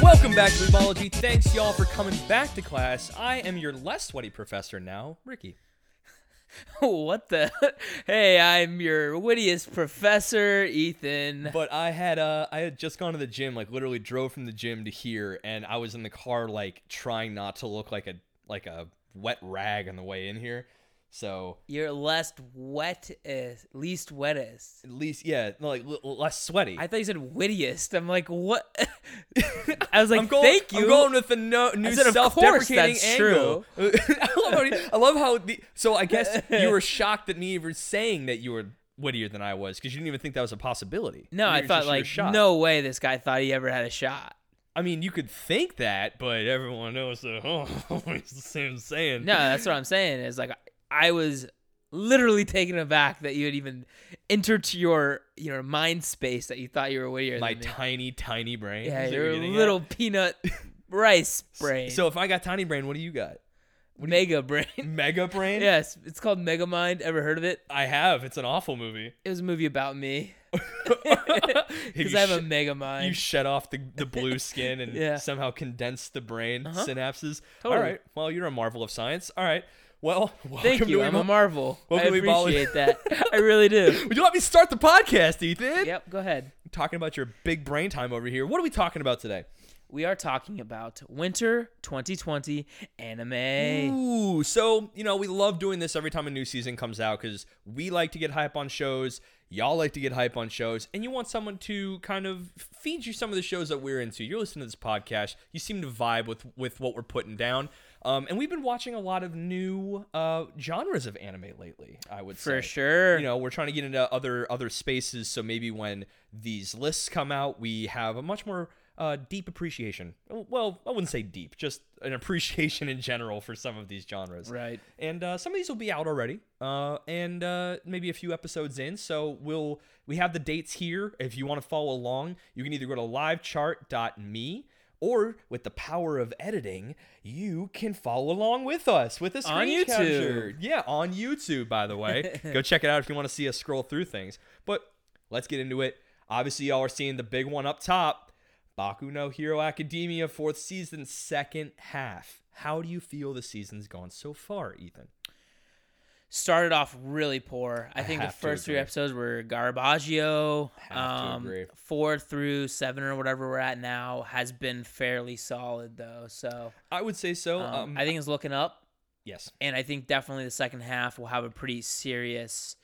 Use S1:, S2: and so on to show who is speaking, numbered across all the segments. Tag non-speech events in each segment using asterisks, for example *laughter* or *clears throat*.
S1: Welcome back to Weebology. Thanks, y'all, for coming back to class. I am your less sweaty professor now, Ricky.
S2: *laughs* what the? Hey, I'm your wittiest professor, Ethan.
S1: But I had uh, I had just gone to the gym, like literally drove from the gym to here, and I was in the car, like trying not to look like a like a wet rag on the way in here. So
S2: Your less wettest, least wettest.
S1: at least, yeah, like l- l- less sweaty.
S2: I thought you said wittiest. I'm like, what? *laughs* I was like,
S1: I'm going,
S2: thank
S1: I'm
S2: you.
S1: going with the no, new
S2: said, of course,
S1: self-deprecating
S2: that's
S1: angle. *laughs* I, love how, he- I love how the. So I guess you
S2: *laughs*
S1: were shocked at me even saying that you were wittier than I was because you didn't even think that was a possibility.
S2: no,
S1: You
S2: I
S1: were
S2: thought
S1: just- you were
S2: like,
S1: shocked.
S2: no way, this guy thought he ever had a shot.
S1: I mean, you could think that, but everyone knows that. *laughs* Oh, it's the same saying.
S2: No, that's what I'm saying. Is like, I was literally taken aback that you had even entered to your your mind space that you thought you were wittier
S1: my
S2: than me.
S1: tiny, tiny brain.
S2: yeah,
S1: Is that what
S2: your
S1: you're getting at?
S2: little peanut
S1: *laughs*
S2: rice brain.
S1: So if I got tiny brain, what do you
S2: *laughs*
S1: got?
S2: mega brain.
S1: Mega brain.
S2: Yes, it's called Mega Mind. Ever heard of it?
S1: I have. It's an awful
S2: *laughs*
S1: movie. *laughs*
S2: It was a movie about me
S1: If
S2: because
S1: you
S2: I have a
S1: sh-
S2: Mega Mind.
S1: You shed off the, the
S2: *laughs*
S1: blue skin and
S2: Yeah. Uh-huh.
S1: somehow condense the brain synapses. All
S2: Totally.
S1: right. Well, you're a marvel of science. All right. Well, *laughs* welcome
S2: Thank you.
S1: To
S2: I'm
S1: Emo-
S2: a Marvel. I
S1: Welcome to Eboli-
S2: appreciate that.
S1: *laughs*
S2: I really do.
S1: Would you let me start the podcast, Ethan?
S2: Yep. Go ahead.
S1: Talking about your big brain time over here. What are we talking about today?
S2: We are talking about winter 2020 anime.
S1: Ooh, so you know we love doing this every time a new season comes out because we like to get hype on shows. Y'all like to get hype on shows, and you want someone to kind of feed you some of the shows that we're into. You're listening to this podcast. You seem to vibe with with what we're putting down. Um, and we've been watching a lot of new uh, genres of anime lately. I would say
S2: For sure.
S1: you know we're trying to get into other other spaces so maybe when these lists come out we have a much more uh, deep appreciation well i wouldn't say deep just an *laughs* appreciation in general for some of these genres
S2: Right.
S1: and uh, some of these will be out already uh, and uh, maybe a few episodes in so we'll we have the dates here if you want to follow along you can either go to livechart.me or with the power of editing you can follow along with us with a screen
S2: On YouTube.
S1: capture. yeah on youtube by the
S2: *laughs*
S1: way go check it out if you want to see us scroll through things but let's get into it obviously y'all are seeing the big one up top Baku no Hero Academia, fourth season, second half. How do you feel the season's gone so far, Ethan?
S2: Started off really poor. I, think the
S1: have to
S2: first three
S1: agree.
S2: episodes were Garbaggio. Um,
S1: Have to agree.
S2: Four through seven or whatever we're at now has been fairly solid though. So
S1: I would say so.
S2: um,
S1: Um,
S2: I think it's looking up.
S1: yes.
S2: and I think definitely the second half will have a pretty serious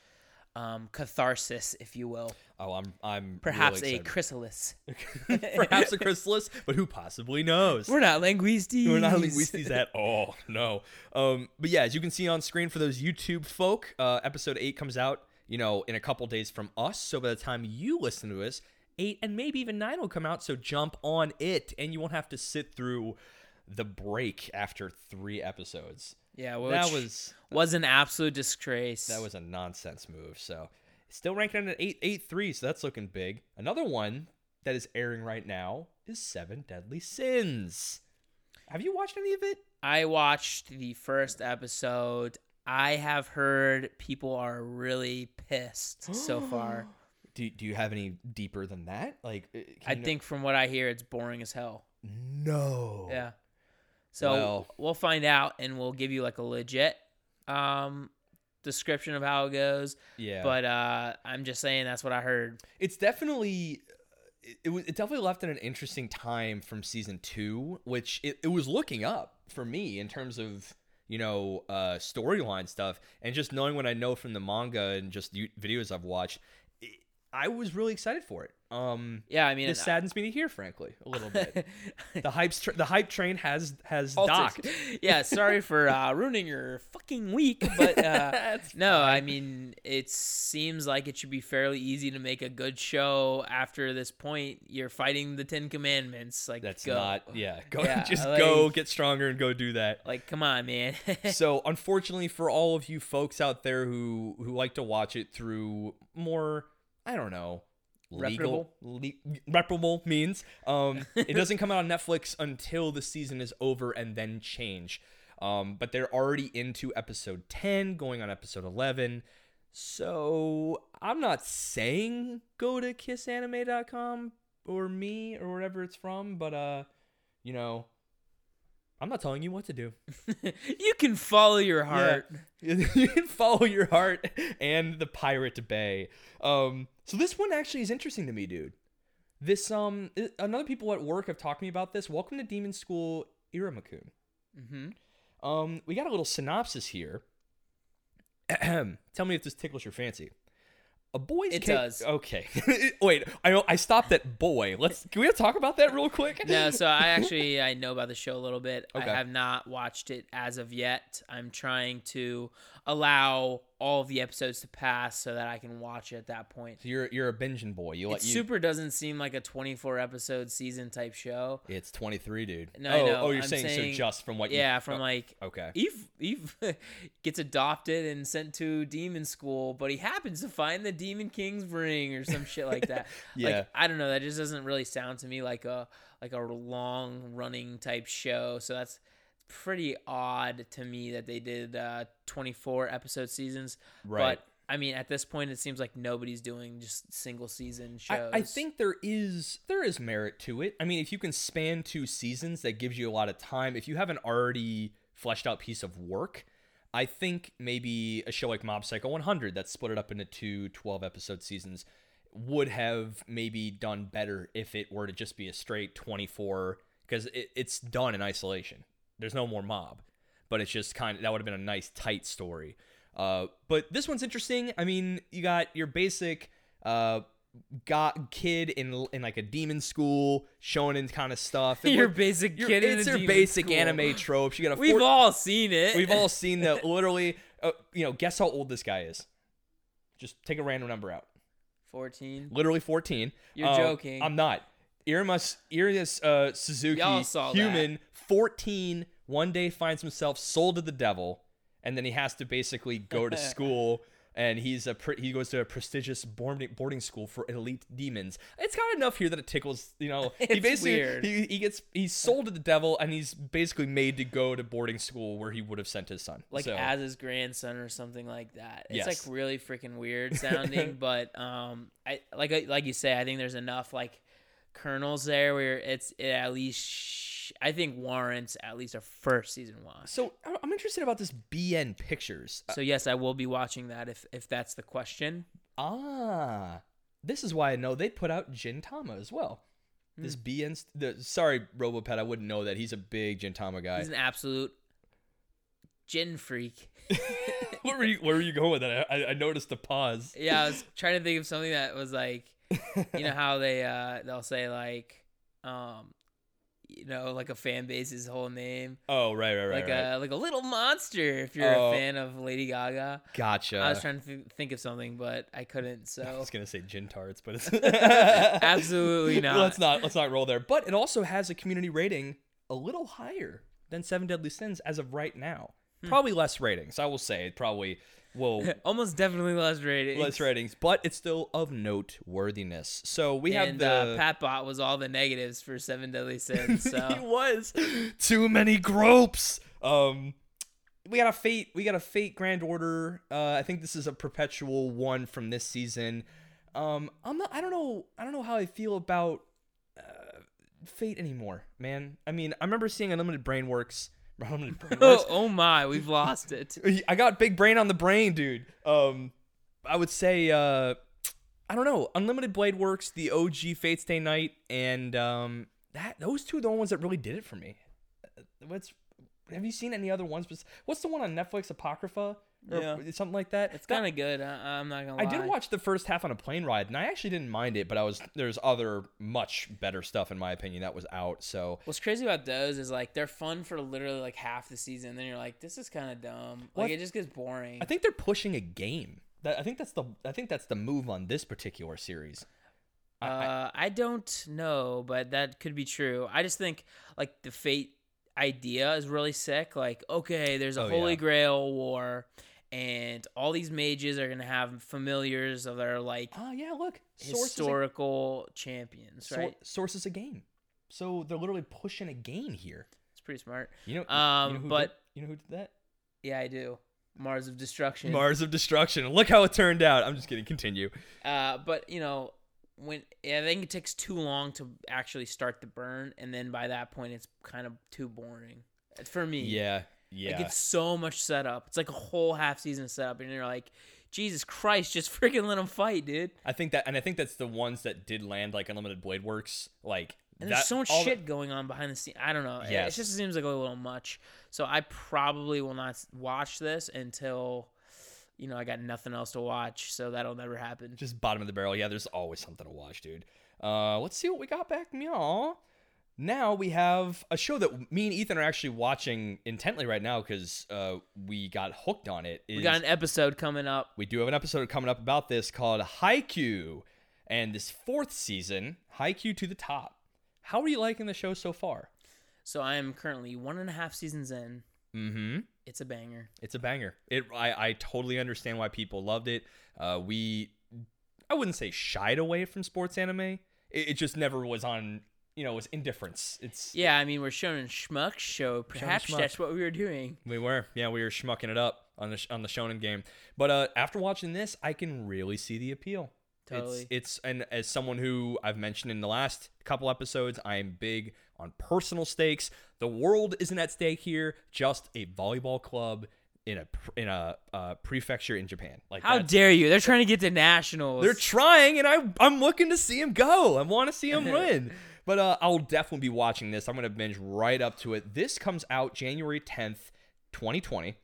S2: um, catharsis, if you will.
S1: Oh, I'm. I'm
S2: Perhaps
S1: really
S2: a
S1: excited. *laughs*
S2: chrysalis. *laughs*
S1: perhaps a chrysalis, but who possibly knows?
S2: We're not linguisti.
S1: We're *laughs* not linguistics at all. No. Um, but yeah, as you can see on screen for those YouTube folk, uh, episode eight comes out, you know, in a couple days from us. So by the time you listen to us, eight and maybe even nine will come out. So jump on it, and you won't have to sit through the break after three episodes.
S2: Yeah, which
S1: that was
S2: was an absolute disgrace.
S1: that was a nonsense move. So still ranking at eight eight three. So that's looking big. Another one that is airing right now is Seven Deadly Sins. Have you watched any of it?
S2: I watched the first episode. I have heard people are really
S1: *gasps*
S2: pissed so far.
S1: Do, do you have any deeper than that? Like, uh, can
S2: I
S1: you-
S2: think from what I hear, it's boring as hell.
S1: no.
S2: Yeah. So
S1: Oh. Well-
S2: we'll find out, and we'll give you like a legit um, description of how it goes.
S1: yeah. But
S2: But uh, I'm just saying that's what I heard.
S1: it's definitely uh, it, it was it definitely left at an interesting time from season two, which it, it was looking up for me in terms of you know uh storyline stuff and just knowing what I know from the manga and just you- videos I've watched. It, I was really excited for it. Um,
S2: Yeah, I mean,
S1: this saddens me to hear, frankly, a little *laughs*
S2: *laughs*
S1: bit. the hype tr the hype train has has
S2: Altered.
S1: docked.
S2: yeah, sorry
S1: *laughs*
S2: for uh, ruining your fucking week, but *laughs* uh,
S1: That's
S2: no, I mean, it seems like it should be fairly easy to make a good show after this point. You're fighting the Ten Commandments, like
S1: That's
S2: go.
S1: not yeah. *laughs* Go
S2: Yeah,
S1: just go
S2: like-
S1: get stronger and go do that.
S2: like come on, man. *laughs*
S1: *laughs* so unfortunately for all of you folks out there who who like to watch it through more i don't know legal le- reparable means um it doesn't come out on netflix until the season is over and then change um but they're already into episode 10 going on episode 11 so i'm not saying go to kissanime.com or me or wherever it's from but uh you know, I'm not telling you what to do.
S2: you can follow your heart.
S1: *laughs* you can follow your heart and the Pirate Bay. Um, so this one actually is interesting to me, dude. This um, i- another people at work have talked to me about this. Welcome to Demon School, Iramakun.
S2: hmm
S1: Um, we got a little synopsis here. *clears throat* Ahem. Tell me if this tickles your fancy. A boy's
S2: It
S1: ca-
S2: does.
S1: Okay. *laughs* Wait, I I stopped at boy. Let's can we talk about that real quick? *laughs*
S2: No, so I actually I know about the show a little bit.
S1: Okay.
S2: I have not watched it as of yet. I'm trying to allow all the episodes to pass so that I can watch it at that point.
S1: So you're you're a binging boy. You
S2: It
S1: let you.
S2: super doesn't seem like a 24 episode season type show.
S1: it's 23, dude.
S2: No,
S1: oh,
S2: I know.
S1: oh, you're
S2: I'm
S1: saying,
S2: saying-
S1: so just from what? you-
S2: Yeah, from
S1: oh,
S2: like
S1: okay.
S2: Eve Eve *laughs* gets adopted and sent to demon school, but he happens to find the demon king's ring or some shit
S1: *laughs*
S2: like that.
S1: Yeah.
S2: Like I don't know, that just doesn't really sound to me like a like a long running type show. So that's pretty odd to me that they did uh 24 episode seasons.
S1: Right.
S2: But I mean, at this point it seems like nobody's doing just single season shows.
S1: I, I think there is there is merit to it. I mean, if you can span two seasons, that gives you a lot of time. If you have an already fleshed out piece of work, I think maybe a show like Mob Psycho 100 that's split it up into two 12 episode seasons would have maybe done better if it were to just be a straight 24 because it, it's done in isolation. There's no more mob, but it's just kind of that would have been a nice tight story. Uh, but this one's interesting. I mean, you got your basic uh, got kid in in like a demon school, shonen kind of
S2: *laughs*
S1: stuff. It
S2: *laughs* your
S1: look-
S2: basic
S1: your-
S2: kid in a
S1: it's your
S2: demon
S1: basic
S2: school.
S1: anime tropes. You got a
S2: We've
S1: four-
S2: all seen it. *laughs*
S1: we've all seen that. Literally, uh, you know, guess how old this guy is. Just take a random number out.
S2: 14.
S1: Literally 14.
S2: You're
S1: Uh,
S2: joking.
S1: I'm not. Irma, Irma uh, Suzuki,
S2: Y'all saw that.
S1: human, 14, one day finds himself sold to the devil, and then he has to basically go
S2: *laughs*
S1: to school. And he's a pre- he goes to a prestigious boarding boarding school for elite demons. It's got enough here that it tickles, you
S2: *laughs*
S1: know. he
S2: It's
S1: basically
S2: weird.
S1: He, he gets he's sold to the devil, and he's basically made to go to boarding school where he would have sent his son.
S2: like
S1: So-
S2: as his grandson or something like that.
S1: Yes.
S2: It's like really
S1: *laughs*
S2: freaking weird sounding, but um, I like like you say, I think there's enough like kernels there where it's it at least sh- I think warrants at least a first season watch.
S1: so I'm I'm interested about this BN Pictures.
S2: So yes, I will be watching that if if that's the question.
S1: Ah, this is why I know they put out Gintama as well. This
S2: Hmm.
S1: BN, st- the sorry Robopet, I wouldn't know that he's a big Gintama guy.
S2: *laughs* He's an absolute gin freak.
S1: *laughs* where were you? Where were you going with that? I, I noticed the pause. *laughs*
S2: Yeah, I was trying to think of something that was like, you know how they uh they'll say like, um, you know like a fan base's whole name.
S1: Oh right, right, right,
S2: like uh,
S1: right.
S2: a like a little monster if you're
S1: Oh.
S2: a fan of Lady Gaga.
S1: gotcha.
S2: I was trying to th- think of something, but I
S1: *laughs*
S2: couldn't.
S1: I
S2: So
S1: was gonna say gin tarts, but it's
S2: *laughs*
S1: *laughs*
S2: Absolutely not.
S1: Let's not let's not roll there. But it also has a community rating a little higher than Seven Deadly Sins as of right now.
S2: Hmm.
S1: Probably less ratings, I will say. It Probably will
S2: *laughs* almost definitely less rating.
S1: less ratings, but it's still of noteworthiness. So we have
S2: And
S1: the *laughs*
S2: uh, Pat uh, Bot was all the negatives for Seven Deadly Sins. *laughs*
S1: he
S2: So
S1: was too many gropes. Um, we got a fate. We got a fate grand order. Uh, I think this is a perpetual one from this season. Um, I'm not. I don't know. I don't know how I feel about uh, fate anymore, man. I mean, I remember seeing Unlimited Brainworks. *laughs* Unlimited Brainworks.
S2: oh, oh my, we've lost
S1: *laughs*
S2: it.
S1: I got big brain on the brain, dude. Um, I would say, uh, I don't know, Unlimited Blade Works, the OG Fates Day Night, and um, that those two are the only ones that really did it for me. Uh, What's have you seen any other ones? bes- What's the one on Netflix, Apocrypha, or
S2: Yeah.
S1: something like that?
S2: It's kind of good. I, I'm not gonna.
S1: I
S2: lie.
S1: did watch the first half on a plane ride, and I actually didn't mind it, but I was there's other much better stuff in my opinion that was out. So
S2: What's crazy about those is like they're fun for literally like half the season. Then you're like, this is kind of dumb.
S1: Well,
S2: Like
S1: I-
S2: it just gets boring.
S1: I think they're pushing a game. That, I think that's the I think that's the move on this particular series. I- I-
S2: Uh, I don't know, but that could be true. I just think like the fate idea is really sick. Like, okay, there's a
S1: Oh,
S2: holy
S1: yeah.
S2: grail war, and all these mages are gonna have familiars of their like
S1: Oh yeah, look, source is a,
S2: historical champions,
S1: Sor-
S2: right?
S1: Source is a game, so they're literally pushing a game here.
S2: it's pretty smart.
S1: You know, you-
S2: Um,
S1: you know who
S2: but-
S1: did- you know who did that?
S2: Yeah, I do. Mars of Destruction.
S1: Mars of Destruction. Look how it turned out. I'm just kidding. Continue.
S2: Uh, but you know, when I think it takes too long to actually start the burn, and then by that point, it's kind of too boring for me.
S1: Yeah, yeah.
S2: Like it's so much setup. It's like a whole half season setup, and you're like, Jesus Christ, just *laughs* freaking let them fight, dude.
S1: I think that, and I think that's the ones that did land like Unlimited Blade Works. Like,
S2: And
S1: that,
S2: there's so much
S1: all the-
S2: shit going on behind the scenes. I don't know. It-
S1: Yes.
S2: It just seems like a little much. So I probably will not s- watch this until, you know, I got nothing else to watch. So that'll never happen.
S1: just bottom of the barrel. Yeah, there's always something to watch, dude. Uh, let's see what we got back, meow. Now we have a show that me and Ethan are actually watching intently right now because uh, we got hooked on it.
S2: We
S1: is-
S2: got an episode coming up.
S1: we do have an episode coming up about this called Haiku, and this fourth season, Haiku to the top. How are you liking the show so far?
S2: So I am currently one and a half seasons in.
S1: Mm-hmm.
S2: It's a banger.
S1: It's a banger. It I, I totally understand why people loved it. Uh, we I wouldn't say shied away from sports anime. It, it just never was on. You know, it was indifference. It's
S2: Yeah, I mean, we're showing a schmuck show. Perhaps
S1: schmuck.
S2: that's what we were doing.
S1: we were yeah we were schmucking it up on the sh- on the shonen game. But uh, after watching this, I can really see the appeal.
S2: Totally.
S1: It's, it's and as someone who I've mentioned in the last couple episodes, I am big on personal stakes. The world isn't at stake here; just a volleyball club in a pr- in a uh, prefecture in Japan. Like
S2: How
S1: that's-
S2: dare you? They're trying to get to nationals.
S1: they're trying, and I I'm looking to see him go. I want to see him win. But uh, I'll definitely be watching this. I'm gonna binge right up to it. This comes out January 10th, 2020.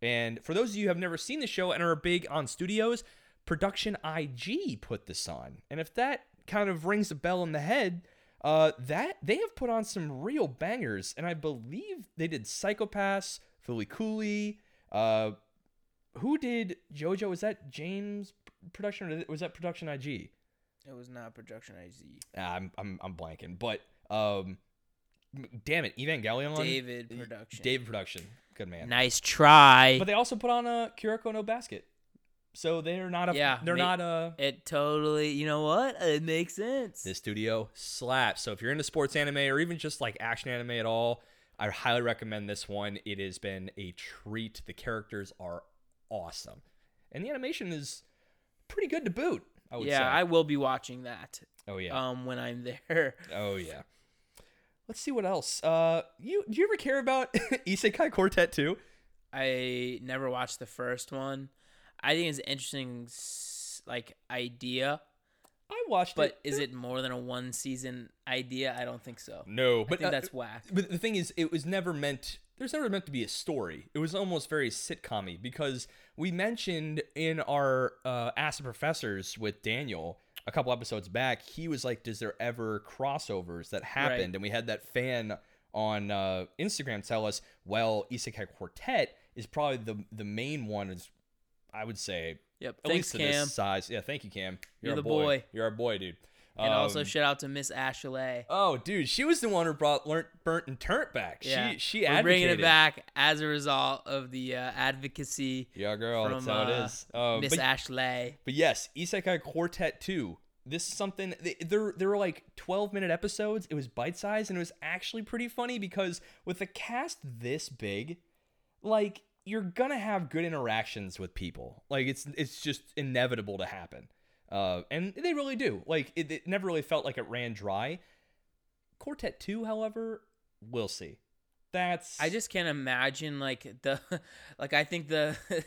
S1: And for those of you who have never seen the show and are big on studios, Production IG put this on. And if that kind of rings a bell in the head, uh, that they have put on some real bangers. And I believe they did Psychopaths, Philly Cooley. Uh, who did JoJo? Was that James Production or was that Production IG?
S2: it was not production IZ.
S1: Ah, I'm, I'm, I'm blanking. But um, damn it, Evangelion.
S2: David production.
S1: David Production. Good man.
S2: Nice try.
S1: But they also put on a Kuroko no basket. So they're not a
S2: Yeah,
S1: they're
S2: ma-
S1: not a
S2: It totally, you know what? It makes sense.
S1: this studio slaps. So if you're into sports anime or even just like action anime at all, I highly recommend this one. It has been a treat. The characters are awesome. And the animation is pretty good to boot, I would
S2: yeah, I
S1: say.
S2: will be watching that.
S1: oh yeah.
S2: Um, when I'm *laughs* there.
S1: oh yeah. Let's see what else. Uh you do you ever care about *laughs* Isekai Quartet too?
S2: I never watched the first one. I think it's an interesting, s- like idea,
S1: I watched it.
S2: but is it more than a one season idea? I don't think so.
S1: No, but
S2: I think
S1: uh,
S2: that's whack.
S1: But the thing is, it was never meant. There's never meant to be a story. It was almost very sitcomy because we mentioned in our uh, Ask the Professors with Daniel a couple episodes back. He was like, "Does there ever crossovers that happened?" And we had that fan on uh, Instagram tell us, "Well, Isekai Quartet is probably the the main one. Is I would say
S2: Yep.
S1: at least
S2: Thanks,
S1: to
S2: Cam.
S1: this size. Yeah, thank you, Cam.
S2: You're
S1: our
S2: the boy.
S1: You're our boy, dude.
S2: And also
S1: Um,
S2: shout out to Miss Ashley.
S1: Oh, dude, she was the one who brought learnt, burnt and turnt back.
S2: Yeah.
S1: She she
S2: We're
S1: advocated.
S2: bringing it back as a result of the uh, advocacy,
S1: Yeah, girl, that's
S2: from,
S1: how it
S2: uh,
S1: is. Um,
S2: Miss
S1: but,
S2: Ashley.
S1: but yes, Isekai Quartet Two. This is something. They, there there were like twelve minute episodes. It was bite sized and it was actually pretty funny because with a cast this big, like you're gonna have good interactions with people. Like it's it's just inevitable to happen. Uh, and they really do. Like it, it never really felt like it ran dry. Quartet Two, however, we'll see. That's
S2: I just can't imagine like the *laughs* like I think the *laughs*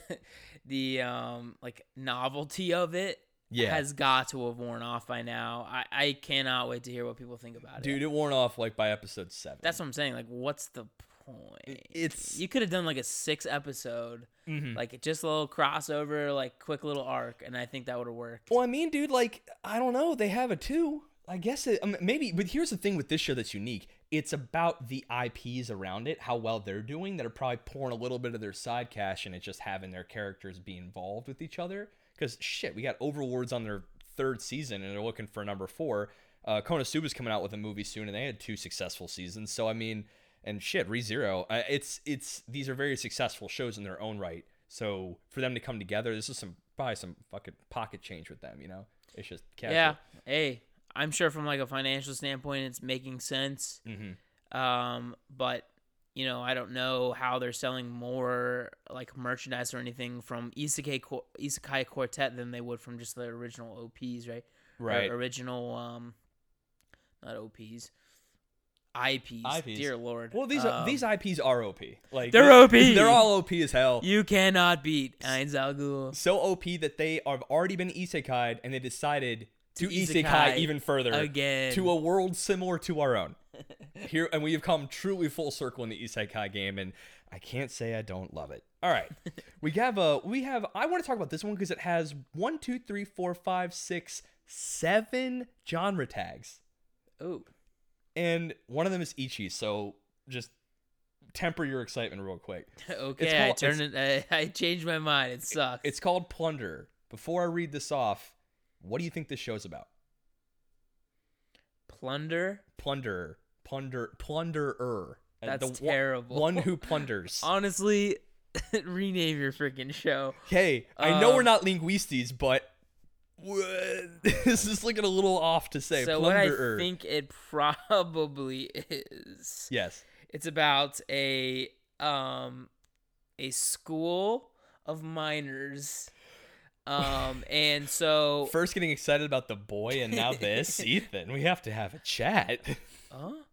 S2: the um like novelty of it
S1: yeah.
S2: has got to have worn off by now. I I cannot wait to hear what people think about it.
S1: Dude, it worn off like by episode seven.
S2: That's what I'm saying. Like what's the point?
S1: It's-
S2: you could have done like a six episode,
S1: Mhm.
S2: like just a little crossover, like quick little arc, and I think that would have worked.
S1: Well, I mean, dude, like I don't know. They have a two. I guess it I mean, maybe. But here's the thing with this show that's unique. It's about the IPs around it, how well they're doing. That are probably pouring a little bit of their side cash and it just having their characters be involved with each other. Because shit, we got Overlords on their third season and they're looking for number four. Uh, Konosuba's coming out with a movie soon, and they had two successful seasons. So I mean, and shit, ReZero. Uh, it's it's these are very successful shows in their own right. So for them to come together, this is some probably some fucking pocket change with them. You know, it's just casual.
S2: yeah. Hey, I'm sure from like a financial standpoint, it's making sense.
S1: Mhm.
S2: um but you know i don't know how they're selling more like merchandise or anything from isekai, Qu- isekai quartet than they would from just the original ops right or
S1: Right.
S2: original um not OPs. IPs,
S1: IPs.
S2: dear lord.
S1: Well, these
S2: Um,
S1: these IPs are OP. Like
S2: They're
S1: this-
S2: OP.
S1: *laughs* They're all OP as hell.
S2: you cannot beat Ainz Al Ghul.
S1: So OP that they have already been isekai'd and they decided to,
S2: To
S1: isekai,
S2: isekai
S1: even further
S2: again.
S1: to a world similar to our
S2: *laughs*
S1: own. Here and we have come truly full circle in the isekai game and I can't say I don't love it. All
S2: *laughs*
S1: right. we have a we have I want to talk about this one because it has one, two, three, four, five, six, seven genre tags.
S2: Oh, *laughs*
S1: and one of them is Ichi. So just temper your excitement real quick.
S2: okay. I
S1: called-
S2: turned it. I, I changed my mind. It sucks.
S1: It's called Plunder. Before I read this off, what do you think this show's about?
S2: plunder.
S1: Plunder, plunder, plunderer. Uh,
S2: That's
S1: one-
S2: terrible.
S1: One who
S2: *laughs*
S1: plunders.
S2: Honestly, rename your freaking show.
S1: hey, I know we're
S2: um,
S1: not linguistes, but *laughs* wha- this is looking a little off to say.
S2: so what I
S1: plunderer.
S2: think it *laughs* probably is.
S1: yes.
S2: It's about a um a school of minors.
S1: *laughs*
S2: Um and so
S1: First, getting excited about the boy, and now
S2: *laughs*
S1: this, Ethan. We have to have a chat.
S2: huh?
S1: *laughs*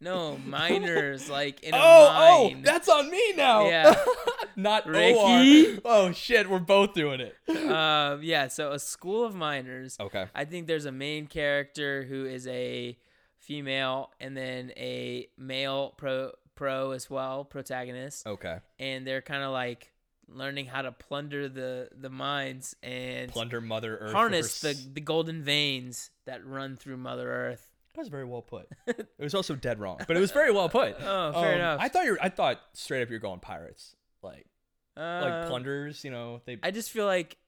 S2: No, minors like in a
S1: oh, oh,
S2: mine.
S1: that's on me now.
S2: Yeah.
S1: *laughs* Not
S2: Ricky?
S1: OR. Oh shit, we're both doing it.
S2: um yeah, so a school of minors.
S1: Okay.
S2: I think there's a main character who is a female and then a male pro pro as well, protagonist.
S1: Okay.
S2: And they're kind of like learning how to plunder the the mines and
S1: Plunder Mother Earth.
S2: harness
S1: for her
S2: the,
S1: s-
S2: the golden veins that run through Mother Earth.
S1: That was very well
S2: *laughs*
S1: put. it was also dead wrong, but it was very well put. Um,
S2: Oh, fair enough.
S1: I thought you. were- I thought straight up you're going pirates, like like
S2: Uh,
S1: plunderers. You know they.
S2: I just feel like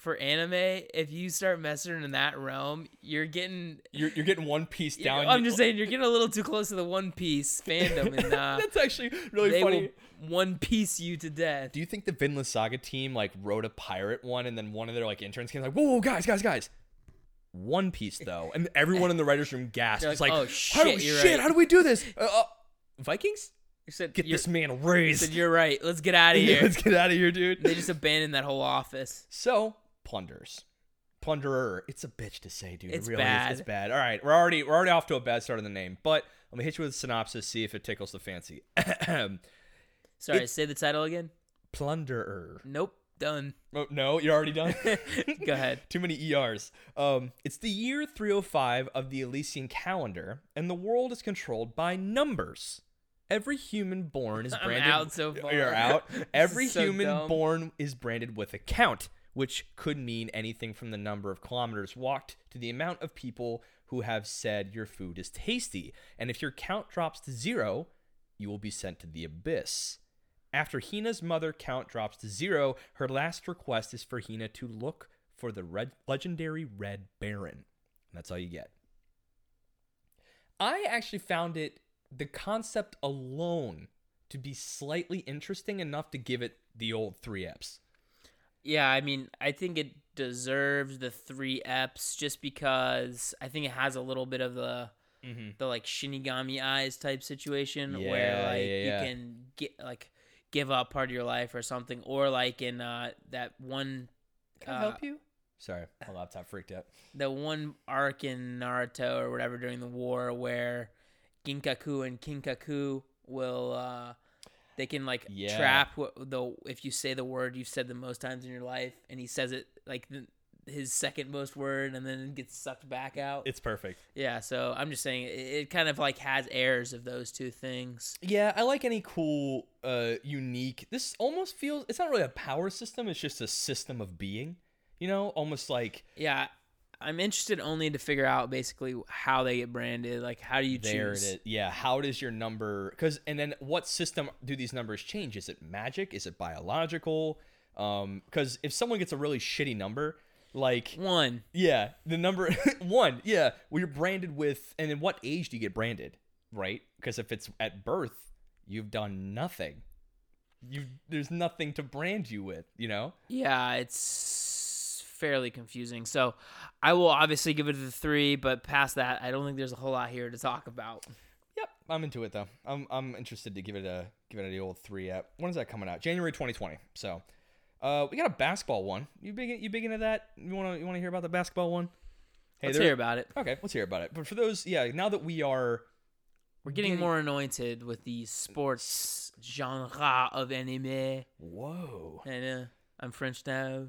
S2: for anime, if you start messing in that realm, you're getting.
S1: You're, you're getting one piece
S2: you-
S1: down.
S2: I'm
S1: you- *laughs*
S2: just saying, you're getting a little too close to the One Piece fandom, and uh,
S1: That's actually really
S2: they
S1: funny.
S2: will One Piece you to death.
S1: Do you think the Vinland Saga team like wrote a pirate one, and then one of their like interns came like, "Whoa, whoa, guys, guys, guys." One Piece though, and everyone in the writers' room gasped.
S2: They're
S1: It's
S2: like,
S1: like,
S2: "Oh,
S1: how do
S2: shit,
S1: we,
S2: you're
S1: shit,
S2: right."
S1: how do we do this? Uh, uh, Vikings,
S2: You *laughs* said,
S1: get
S2: you're,
S1: this man a
S2: you
S1: raise.
S2: said you're right. Let's get out of here.
S1: *laughs* Let's get out of here, dude.
S2: they just abandoned that whole office.
S1: so plunders, plunderer. It's a bitch to say, dude.
S2: It's
S1: it really is.
S2: bad.
S1: It's bad. All right, we're already we're already off to a bad start in the name, but let me hit you with a synopsis. See if it tickles the fancy. *clears throat*
S2: Sorry, say the title again.
S1: plunderer.
S2: Nope, done.
S1: Oh, no, you're already
S2: *laughs*
S1: done.
S2: Go ahead.
S1: Too many ERs. Um, it's the year 305 of the Elysian calendar, and the world is controlled by numbers. Every human born is
S2: *laughs* I'm
S1: branded.
S2: out so far.
S1: You're out.
S2: *laughs* This
S1: Every
S2: is so
S1: human
S2: dumb.
S1: born is branded with a count, which could mean anything from the number of kilometers walked to the amount of people who have said your food is tasty. And if your count drops to zero, you will be sent to the abyss. After Hina's mother count drops to zero, her last request is for Hina to look for the red, legendary Red Baron. And that's all you get. I actually found it the concept alone to be slightly interesting enough to give it the old three eps.
S2: Yeah, I mean, I think it deserves the three eps just because I think it has a little bit of the
S1: Mm-hmm.
S2: the like Shinigami eyes type situation where
S1: Yeah,
S2: like
S1: yeah, yeah.
S2: you can get like give up part of your life or something, or like in uh that one uh,
S1: you? Sorry, my laptop freaked out.
S2: the one arc in Naruto or whatever during the war where Ginkaku and Kinkaku will uh they can like
S1: Yeah.
S2: trap what the if you say the word you've said the most times in your life and he says it like the, his second most word and then gets sucked back out.
S1: It's perfect.
S2: yeah, so I'm just saying it, it kind of like has airs of those two things.
S1: Yeah, I like any cool, uh, unique. This almost feels. It's not really a power system. It's just a system of being. You know, almost like
S2: Yeah, I'm interested only to figure out basically how they get branded. Like, how do you
S1: there it
S2: choose?
S1: is. Yeah, how does your number? Because and then what system do these numbers change? Is it magic? Is it biological? Um, because if someone gets a really shitty number, like
S2: One.
S1: Yeah, the number *laughs* one. Yeah, well, you're branded with, and then what age do you get branded? Right, because if it's at birth, you've done nothing. You there's nothing to brand you with. You know.
S2: Yeah, it's fairly confusing. So I will obviously give it a three, but past that, I don't think there's a whole lot here to talk about.
S1: Yep, I'm into it though. I'm I'm interested to give it a give it the old three app. When is that coming out? January 2020. So, uh, we got a basketball one. You big you big into that? You wanna you wanna hear about the basketball one? Hey,
S2: Let's
S1: there-
S2: hear about it.
S1: Okay, let's hear about it. But for those, yeah, now that we are
S2: We're getting
S1: Getting-
S2: more anointed with the sports genre of anime.
S1: whoa,
S2: I know. I'm French now.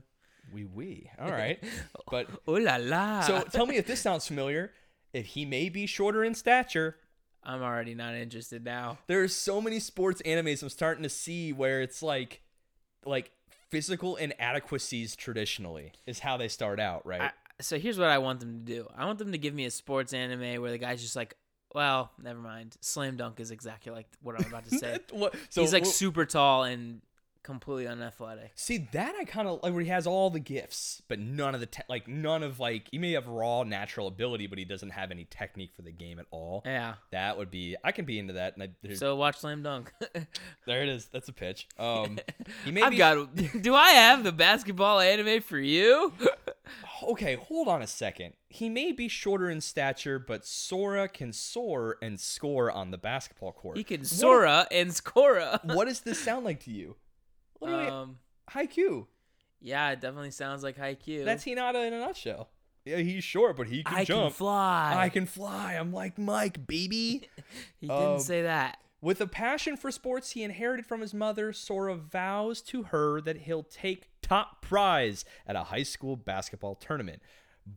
S1: we we all
S2: *laughs*
S1: right. But
S2: Oh la la. *laughs*
S1: so tell me if this sounds familiar. If he may be shorter in stature,
S2: I'm already not interested now.
S1: there's so many sports animes I'm starting to see where it's like, like physical inadequacies traditionally is how they start out, right?
S2: I, so here's what I want them to do. I want them to give me a sports anime where the guy's just like, well, never mind. Slam dunk is exactly like what I'm about to say.
S1: What- *laughs* so
S2: He's like
S1: wh-
S2: super tall and completely unathletic.
S1: See that I kind of like where he has all the gifts, but none of the te- like none of like he may have raw natural ability, but he doesn't have any technique for the game at all.
S2: Yeah.
S1: That would be I can be into that. And I, there's-
S2: Eh. So watch Slam Dunk. *laughs*
S1: there it is. That's a pitch. Um, he may
S2: I've
S1: be- *laughs*
S2: got. Do I have the basketball anime for you?
S1: okay. Hold on a second. He may be shorter in stature, but Sora can soar and score on the basketball court.
S2: He can
S1: What-
S2: Sora and Scora.
S1: what does this sound like to you? Literally,
S2: *laughs* Um,
S1: Haikyuu.
S2: yeah, it definitely sounds like Haikyuu.
S1: That's Hinata in a nutshell. Yeah, he's short, but he can
S2: I
S1: jump.
S2: can fly.
S1: I can fly. I'm like Mike,
S2: *laughs*
S1: baby.
S2: he didn't
S1: um,
S2: say that.
S1: With a passion for sports he inherited from his mother, Sora vows to her that he'll take top prize at a high school basketball tournament.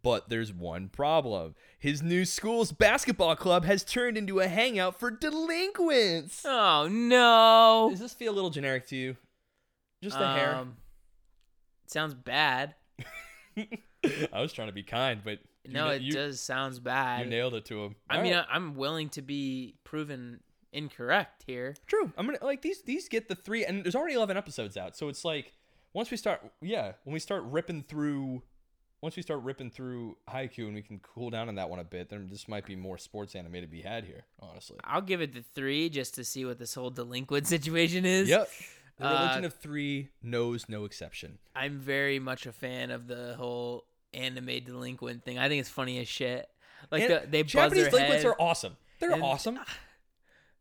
S1: But there's one problem. His new school's basketball club has turned into a hangout for delinquents.
S2: Oh no.
S1: Does this feel a little generic to you? Just the hair.
S2: Um, Sounds bad.
S1: *laughs* I was trying to be kind, but you
S2: No,
S1: na-
S2: it
S1: you,
S2: does sounds
S1: You
S2: bad.
S1: nailed it to him.
S2: I
S1: All
S2: mean,
S1: right.
S2: I, I'm willing to be proven incorrect here.
S1: True. I'm gonna like these. These get the three, and there's already eleven episodes out. So it's like once we start, yeah, when we start ripping through, once we start ripping through Haiku, and we can cool down on that one a bit, then this might be more sports anime to be had here. Honestly.
S2: I'll give it the three just to see what this whole delinquent *laughs* situation is.
S1: Yep. The religion
S2: uh,
S1: of three knows no exception.
S2: I'm very much a fan of the whole anime delinquent thing. I think it's funny as shit. Like
S1: And
S2: the, they buzz
S1: Japanese
S2: their
S1: delinquents
S2: head.
S1: are awesome. They're
S2: And- *sighs*
S1: awesome.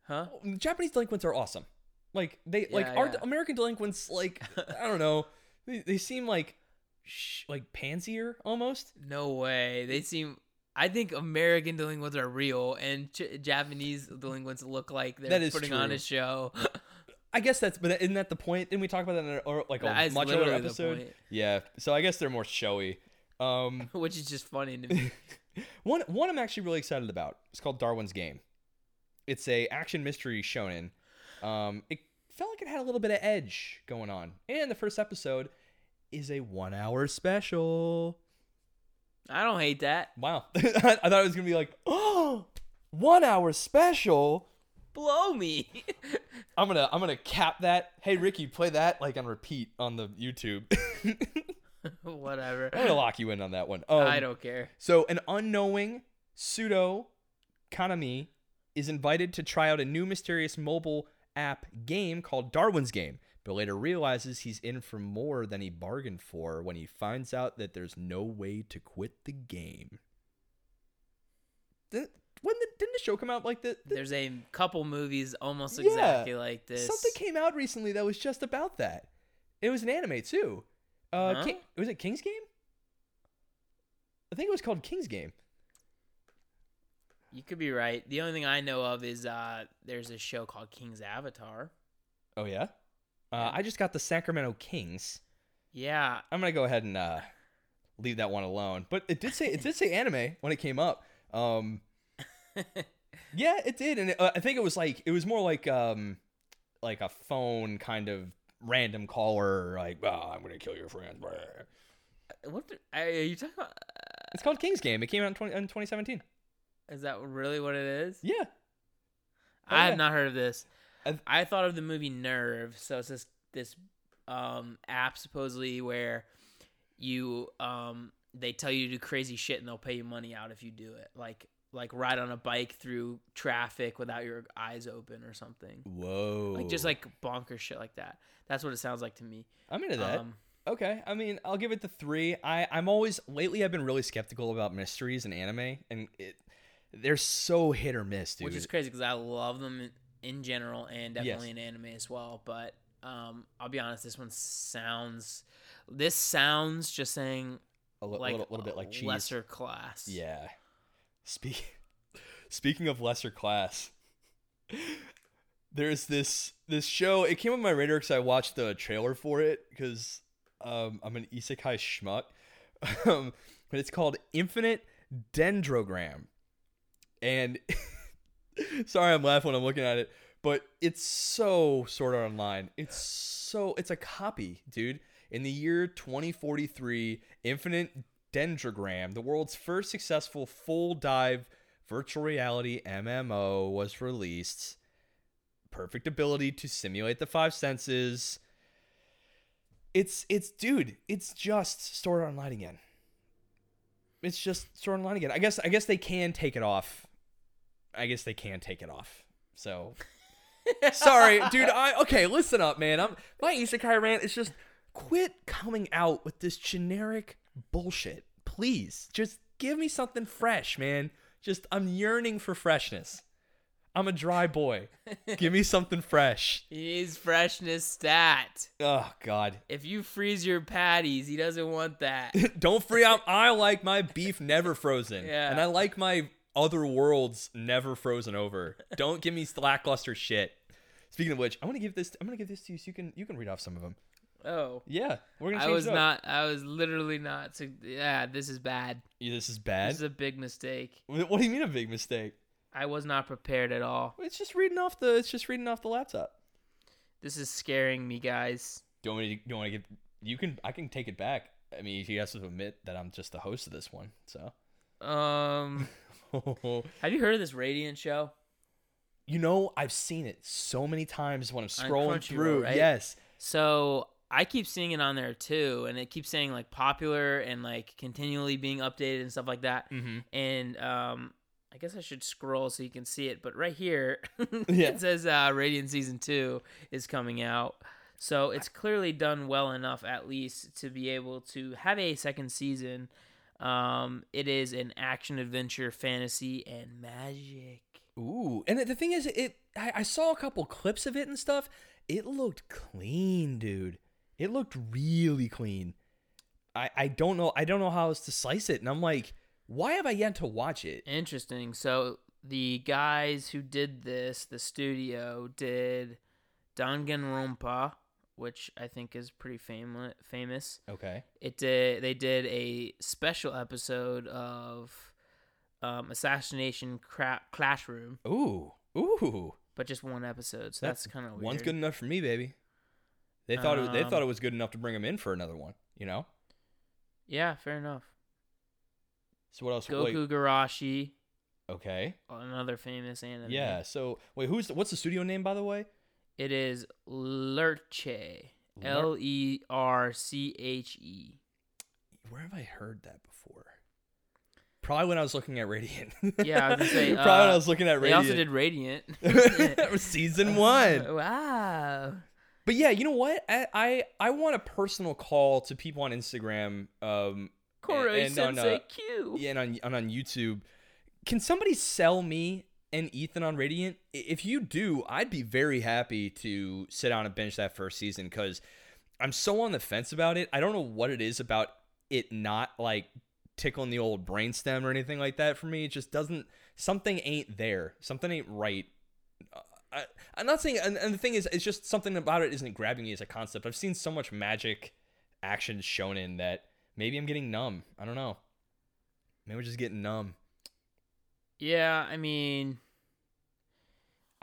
S2: huh?
S1: Japanese delinquents are awesome. Like they like
S2: Yeah,
S1: our
S2: yeah.
S1: American delinquents. Like I don't know. They, they seem like sh- like pansier almost.
S2: No way. They seem. I think American delinquents are real, and Ch- Japanese delinquents look like they're
S1: That is
S2: putting on
S1: true. *laughs*
S2: a show.
S1: I guess that's but isn't that the point? Didn't we talk about that in a, or like a
S2: *laughs* That is
S1: much older
S2: literally the
S1: episode?
S2: point. *laughs*
S1: Yeah. So I guess they're more showy. Um, *laughs*
S2: which is just funny to me.
S1: one one I'm actually really excited about. It's called Darwin's Game. It's a action mystery shonen. Um, it felt like it had a little bit of edge going on, and the first episode is a one hour special.
S2: I don't hate that.
S1: Wow, *laughs* I, I thought it was gonna be like oh, one hour special.
S2: Blow me. *laughs*
S1: I'm gonna I'm gonna cap that. Hey Ricky, play that like on repeat on the YouTube.
S2: Whatever.
S1: I'm gonna lock you in on that one. Um,
S2: I don't care.
S1: So an unknowing pseudo Kanami is invited to try out a new mysterious mobile app game called Darwin's Game, but later realizes he's in for more than he bargained for when he finds out that there's no way to quit the game. Didn't, when the, didn't the show come out like that?
S2: There's a couple movies almost
S1: Yeah.
S2: exactly like this.
S1: Something came out recently that was just about that. It was an anime too. Uh,
S2: Huh?
S1: Ki- was it King's Game? I think it was called King's Game.
S2: you could be right. The only thing I know of is uh, there's a show called King's Avatar.
S1: Oh yeah. Uh, I just got the Sacramento Kings.
S2: Yeah,
S1: I'm gonna go ahead and uh, leave that one alone. But it did say it did say anime when it came up. *laughs* Um, yeah, it did, and it, uh, I think it was like it was more like um, like a phone kind of random caller, like oh, I'm gonna kill your friend. brr."
S2: what the, are you talking about?
S1: It's called King's Game. It came out in, 20, in 2017.
S2: Is that really what it is?
S1: Yeah, Oh,
S2: I
S1: yeah.
S2: have not heard of this.
S1: I've-
S2: I thought of the movie Nerve. So it's this this um, app supposedly where you um, they tell you to do crazy shit and they'll pay you money out if you do it. Like like ride on a bike through traffic without your eyes open or something.
S1: whoa,
S2: Like just like bonker shit like that. That's what it sounds like to me.
S1: I'm into that.
S2: Um,
S1: Okay, I mean, I'll give it the three. I I'm always lately I've been really skeptical about mysteries and anime, and it they're so hit or miss, dude.
S2: which is crazy because I love them in, in general and
S1: Yes.
S2: definitely in anime as well. But um, I'll be honest, this one sounds. This sounds just saying
S1: a li-
S2: like
S1: little, little bit like cheese.
S2: lesser class.
S1: Yeah. Speak, *laughs* speaking of lesser class, *laughs* there's this this show. It came on my radar because I watched the trailer for it because um, I'm an isekai schmuck. *laughs* Um, but it's called Infinite Dendrogram, and *laughs* sorry I'm laughing when I'm looking at it, but it's so sort of online. It's so it's a copy, dude. In the year 2043, Infinite Dendrogram, the world's first successful full dive virtual reality MMO, was released. Perfect ability to simulate the five senses. It's it's dude, it's just Sword Art Online again. It's just Sword Art Online again. I guess I guess they can take it off. I guess they can take it off. So sorry, dude. I okay, listen up, man. I'm my isekai rant is just quit coming out with this generic bullshit. Please, just give me something fresh, man. Just I'm yearning for freshness. I'm a dry boy. give me something fresh.
S2: He needs freshness stat.
S1: Oh God. *laughs*
S2: If you freeze your patties, he doesn't want that.
S1: Don't free out. I like my beef never frozen.
S2: Yeah.
S1: And I like my other worlds never frozen over. Don't give me lackluster shit. Speaking of which, I'm gonna give this. I'm gonna give this to you. So you can you can read off some of them.
S2: Oh.
S1: Yeah, we're gonna.
S2: I
S1: change
S2: was
S1: it up.
S2: not. I was literally not. To, yeah, this is bad.
S1: Yeah, This is bad.
S2: This is a big mistake.
S1: Wh- what do you mean a big mistake?
S2: I was not prepared at all.
S1: It's just reading off the. It's just reading off the laptop.
S2: This is scaring me, guys.
S1: Do you want me to, do you want to give? You can. I can take it back. I mean, you have to admit that I'm just the host of this one. So. *laughs*
S2: Um, have you heard of this Radiant show?
S1: you know, I've seen it so many times when I'm
S2: On
S1: scrolling
S2: Crunchyroll,
S1: through.
S2: right?
S1: Yes.
S2: So I keep seeing it on there too, and it keeps saying like popular and like continually being updated and stuff like that.
S1: Mm-hmm.
S2: And um, I guess I should scroll so you can see it. But right here,
S1: *laughs*
S2: *laughs*
S1: Yeah.
S2: it says uh, Radiant season two is coming out. So it's clearly done well enough, at least, to be able to have a second season. Um, it is an action adventure, fantasy, and magic.
S1: Ooh, and the thing is, it I, I saw a couple clips of it and stuff. It looked clean, dude. It looked really clean. I I don't know I don't know how else to slice it, and I'm like, why have I yet to watch it?
S2: Interesting. So the guys who did this, the studio did Danganronpa, which I think is pretty famous. Famous.
S1: Okay.
S2: It did. They did a special episode of um, Assassination Cra- Classroom,
S1: Ooh, ooh.
S2: but just one episode. So that's, kind of weird.
S1: One's good enough for me, baby. They thought it, they
S2: Um,
S1: thought it was good enough to bring him in for another one. You know.
S2: Yeah, fair enough.
S1: So what else? Wait,
S2: Goku Garashi,
S1: okay.
S2: another famous anime.
S1: Yeah. So wait, who's the, what's the studio name by the way?
S2: It is Lerche.
S1: Ler-
S2: L E R C H E.
S1: Where have I heard that before? Probably when I was looking at Radiant.
S2: Yeah, I was
S1: *laughs*
S2: gonna say,
S1: probably when
S2: uh,
S1: I was looking at
S2: They also did
S1: Radiant. *laughs*
S2: Radiant. *laughs* Oh,
S1: season one.
S2: Wow.
S1: But yeah, you know what? I I, I want a personal call to people on Instagram, um,
S2: Koroi
S1: and on,
S2: Sensei
S1: uh,
S2: Q.
S1: yeah, and on and on YouTube. Can somebody sell me and Ethan on Radiant? I- If you do, I'd be very happy to sit down and binge that first season because I'm so on the fence about it. I don't know what it is about it not like tickling the old brainstem or anything like that for me. It just doesn't. Something ain't there. Something ain't right. Uh, I, I'm not saying. And, and the thing is, it's just something about it isn't grabbing me as a concept. I've seen so much magic action shown in that maybe I'm getting numb. I don't know. Maybe we're just getting numb.
S2: Yeah, I mean,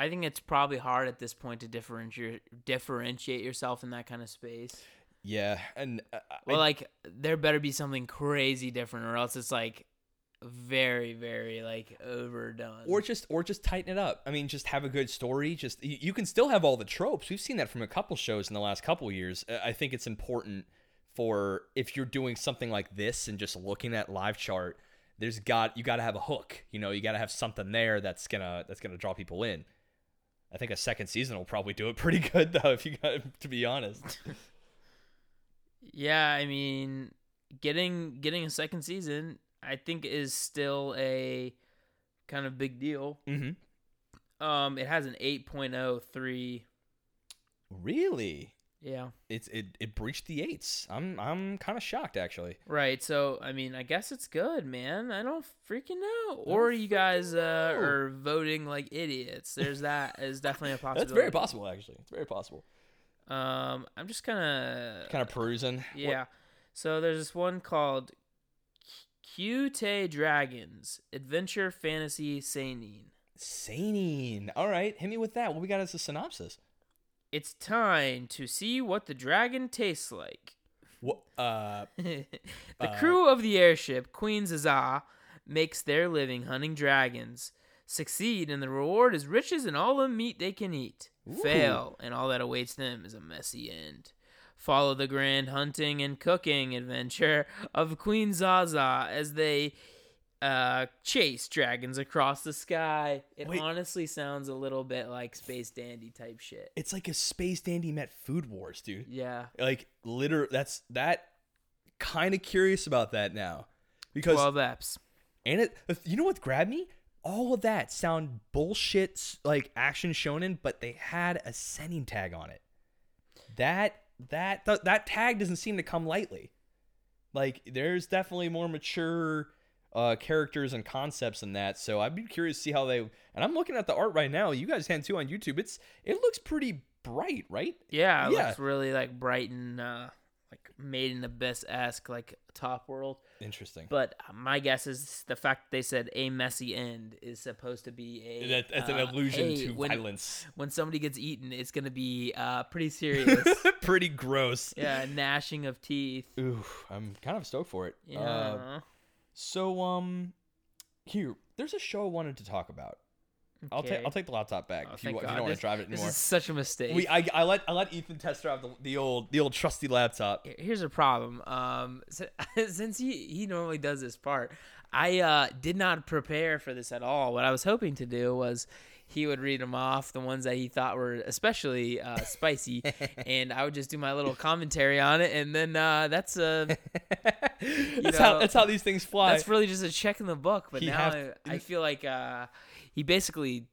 S2: I think it's probably hard at this point to differentiate differentiate yourself in that kind of space.
S1: Yeah, and uh, I-
S2: Well, like there better be something crazy different, or else it's like very, very like overdone.
S1: or just or just tighten it up. I mean, just have a good story. Just you, you can still have all the tropes. We've seen that from a couple shows in the last couple years. Uh, I think it's important for if you're doing something like this and just looking at live chart. There's got you got to have a hook. You know, you got to have something there that's gonna that's gonna draw people in. I think a second season will probably do it *laughs* pretty good though. If you got to be honest,
S2: yeah, I mean, getting getting a second season, I think, is still a kind of big deal.
S1: mm-hmm.
S2: oh Um, it has an 8.03.
S1: really.
S2: Yeah.
S1: It's it it breached the eights. I'm I'm kind of shocked actually.
S2: Right. So, I mean, I guess it's good, man. I don't freaking know. Or you guys uh,
S1: know.
S2: are voting like idiots. There's that is definitely a
S1: *laughs*
S2: possibility.
S1: That's very possible actually. It's very possible.
S2: Um, I'm just gonna
S1: Kind of perusing. What-
S2: yeah. So there's this one called Cute Dragons Adventure Fantasy Seinen.
S1: Sanine. All right, hit me with that. What we got as a synopsis?
S2: It's time to see what the dragon tastes like.
S1: What? Uh,
S2: *laughs* the
S1: Uh,
S2: crew of the airship Queen Zaza makes their living hunting dragons. Succeed, and the reward is riches and all the meat they can eat. Fail, and all that awaits them is a messy end. Follow the grand hunting and cooking adventure of Queen Zaza as they uh, chase dragons across the sky. It
S1: Wait.
S2: honestly sounds a little bit like Space Dandy type shit.
S1: it's like a space dandy met food wars, dude. *laughs*
S2: Yeah.
S1: Like literally, that's that. Kind of curious about that now, because
S2: 12 eps.
S1: and it. You know what grabbed me? All of that sound bullshit s- like action shonen, but they had a sending tag on it. That that th- that tag doesn't seem to come lightly. Like there's definitely more mature uh, characters and concepts than that. So I'd be curious to see how they. And I'm looking at the art right now. You guys can too on YouTube. It's it looks pretty bright, right?
S2: Yeah, it
S1: Yeah.
S2: looks really like bright and uh, like made in abyss esque, like top world.
S1: Interesting.
S2: But my guess is the fact that they said a messy end is supposed to be a
S1: that, that's an
S2: uh,
S1: allusion
S2: hey,
S1: to
S2: when, *laughs*
S1: violence.
S2: When somebody gets eaten, it's gonna be uh, pretty
S1: *laughs*
S2: serious.
S1: pretty gross.
S2: yeah, gnashing of teeth.
S1: Ooh, I'm kind of stoked for it.
S2: Yeah,
S1: Uh, So um, here there's a show I wanted to talk about. I'll take
S2: Okay.
S1: I'll take the laptop back
S2: Oh,
S1: if, you,
S2: thank
S1: wa- if you
S2: God.
S1: don't want
S2: This-
S1: to drive it
S2: this
S1: anymore.
S2: is such a mistake.
S1: We I, I let I let Ethan test drive the, the old the old trusty laptop.
S2: Here- Here's a problem. Um, *laughs* so, since he he normally does this part, I uh, did not prepare for this at all. What I was hoping to do was he would read them off, the ones that he thought were especially uh, spicy,
S1: *laughs*
S2: and I would just do my little commentary on it, and then uh,
S1: *laughs*
S2: that's uh,
S1: that's how
S2: know,
S1: that's how these things fly.
S2: that's really just a check in the book. But
S1: He
S2: now
S1: have-
S2: I, I feel like uh, he basically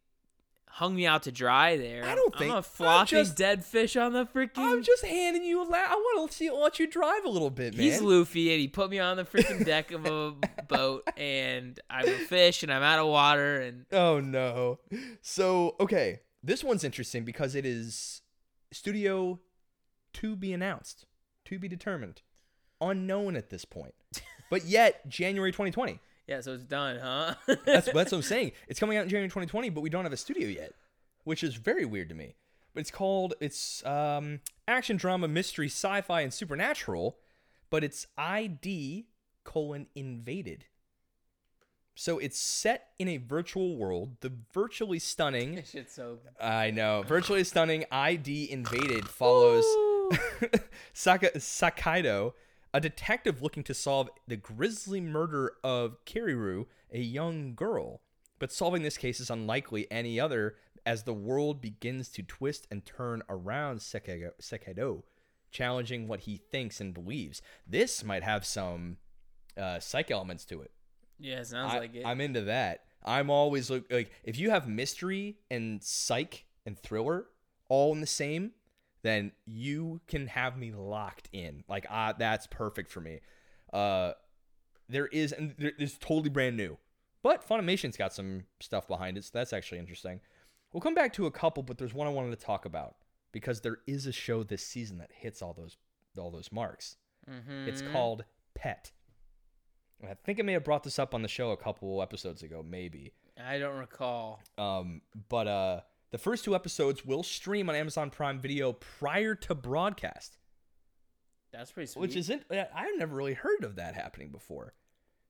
S2: hung me out to dry there.
S1: I don't
S2: I'm
S1: think-
S2: gonna
S1: I'm
S2: flop these
S1: just-
S2: dead fish on the freaking.
S1: I'm just handing you a lap. I want to see let you drive a little bit, man.
S2: He's Luffy, and he put me on the freaking deck
S1: *laughs*
S2: of a boat, and I'm a fish, and I'm out of water, and
S1: oh no. So okay, this one's interesting because it is studio to be announced, to be determined, unknown at this
S2: *laughs*
S1: point, but yet January 2020.
S2: yeah, so it's done, huh?
S1: That's
S2: *laughs*
S1: that's what I'm saying. It's coming out in January 2020, but we don't have a studio yet, which is very weird to me. But it's called it's um, action drama mystery sci-fi and supernatural, but it's ID colon invaded. So it's set in a virtual world. The virtually stunning,
S2: That shit's so
S1: I know, virtually stunning ID invaded follows
S2: Ooh.
S1: *laughs* Saka- Sakaido, a detective looking to solve the grisly murder of Kiriru, a young girl. But solving this case is unlikely any other as the world begins to twist and turn around Sekaido, Sekaido challenging what he thinks and believes. This might have some uh, psych elements to it.
S2: yeah, it sounds
S1: I,
S2: like it.
S1: am into that. I'm always look like if you have mystery and psych and thriller all in the same, then you can have me locked in. Like ah, that's perfect for me. Uh, there is and there, it's totally brand new, but Funimation's got some stuff behind it, so that's actually interesting. We'll come back to a couple, but there's one I wanted to talk about because there is a show this season that hits all those all those marks.
S2: mm-hmm.
S1: It's called Pet. And I think I may have brought this up on the show a couple episodes ago, maybe.
S2: I don't recall.
S1: Um, but uh, the first two episodes will stream on Amazon Prime Video prior to broadcast,
S2: That's pretty sweet.
S1: which isn't. uh, I've never really heard of that happening before.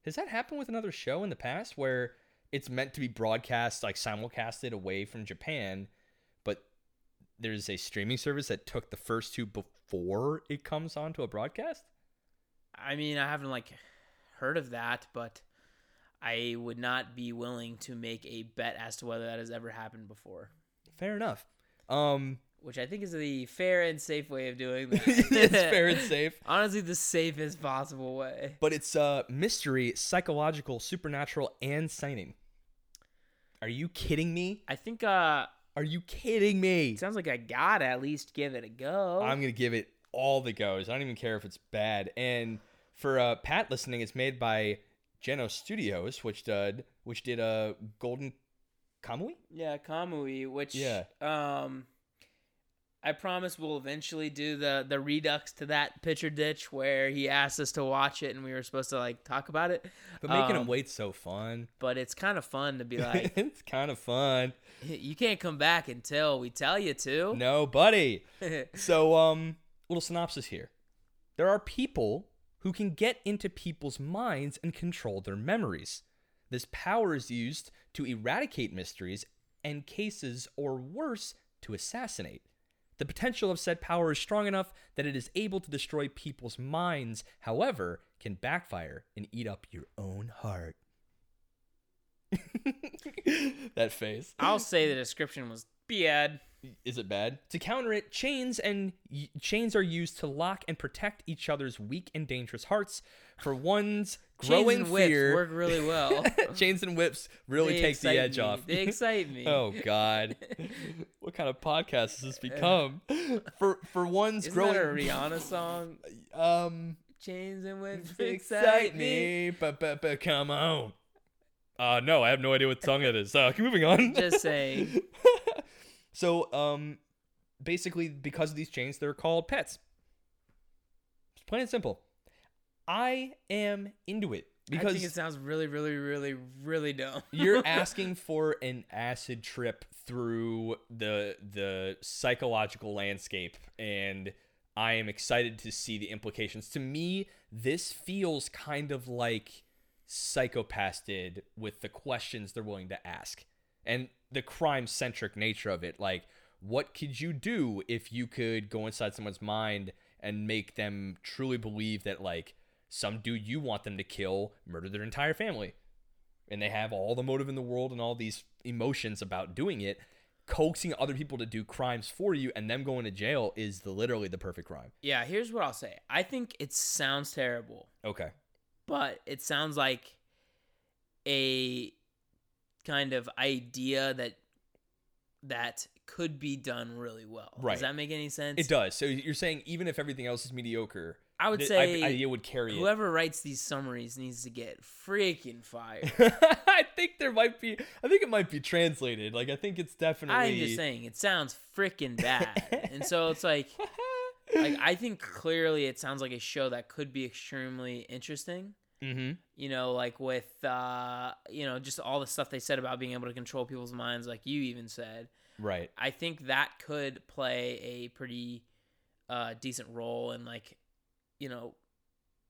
S1: Has that happened with another show in the past where it's meant to be broadcast, like simulcasted away from Japan, but there's a streaming service that took the first two before it comes onto a broadcast?
S2: I mean, I haven't like heard of that, but I would not be willing to make a bet as to whether that has ever happened before.
S1: Fair enough. Um,
S2: Which I think is the fair and safe way of
S1: *laughs*
S2: doing that. *laughs*
S1: it's fair and safe.
S2: Honestly, the safest possible way.
S1: But it's uh mystery, psychological, supernatural, and signing. Are you kidding me?
S2: I think uh
S1: Are you kidding me?
S2: It sounds like I gotta at least give it a go.
S1: I'm gonna give it all the goes. I don't even care if it's bad. And for uh, Pat listening, it's made by Geno Studios, which did which did a uh, Golden Kamui.
S2: yeah, Kamui, which
S1: Yeah.
S2: um I promise we'll eventually do the the redux to that picture ditch where he asked us to watch it and we were supposed to like talk about it.
S1: But making
S2: Um,
S1: him wait's so fun. *laughs*
S2: But it's kind of fun to be like,
S1: it's kind of fun.
S2: you can't come back until we tell you to.
S1: No, buddy. So, um, little synopsis here. There are people who can get into people's minds and control their memories. This power is used to eradicate mysteries and cases, or worse, to assassinate. The potential of said power is strong enough that it is able to destroy people's minds, however, can backfire and eat up your own heart. *laughs* that face.
S2: *laughs* I'll say the description was bad.
S1: Is it bad? To counter it, chains and y- chains are used to lock and protect each other's weak and dangerous hearts for one's
S2: Chains
S1: growing
S2: and whips
S1: fear. *laughs*
S2: work really well.
S1: chains and whips really
S2: They
S1: takes the
S2: excite
S1: edge
S2: me.
S1: off. *laughs*
S2: They excite me. Uh,
S1: oh
S2: *laughs*
S1: God, what kind of podcast has this become? For for one's
S2: Isn't
S1: growing
S2: that a Rihanna song?
S1: um
S2: Chains
S1: *laughs*
S2: and whips
S1: excite me, but but but come on. Uh no, I have no idea what song that is. Uh, keep moving on.
S2: Just saying.
S1: so um basically because of these chains they're called pets it's plain and simple i am into it
S2: I think it
S1: because
S2: sounds really, really, really, really dumb.
S1: *laughs* you're asking for an acid trip through the the psychological landscape and i am excited to see the implications to me this feels kind of like psychopaths did with the questions they're willing to ask and the crime centric nature of it like what could you do if you could go inside someone's mind and make them truly believe that like some dude you want them to kill murdered their entire family and they have all the motive in the world and all these emotions about doing it coaxing other people to do crimes for you and them going to jail is the, literally the perfect crime
S2: *laughs* yeah, here's what I'll say. I think it sounds terrible,
S1: okay
S2: but it sounds like a kind of idea that that could be done really well.
S1: Right.
S2: Does that make any sense?
S1: it does so you're saying even if everything else is mediocre
S2: I would
S1: the
S2: say
S1: i- idea would carry it
S2: Whoever writes these summaries needs to get freaking fired.
S1: *laughs* i think there might be i think it might be translated like i think it's definitely
S2: I'm
S1: *laughs*
S2: just saying, it sounds freaking bad. and so it's like, like I think clearly it sounds like a show that could be extremely interesting.
S1: mm-hmm.
S2: You know, like with uh, you know, just all the stuff they said about being able to control people's minds, like you even said.
S1: right
S2: I think that could play a pretty uh, decent role in like, you know,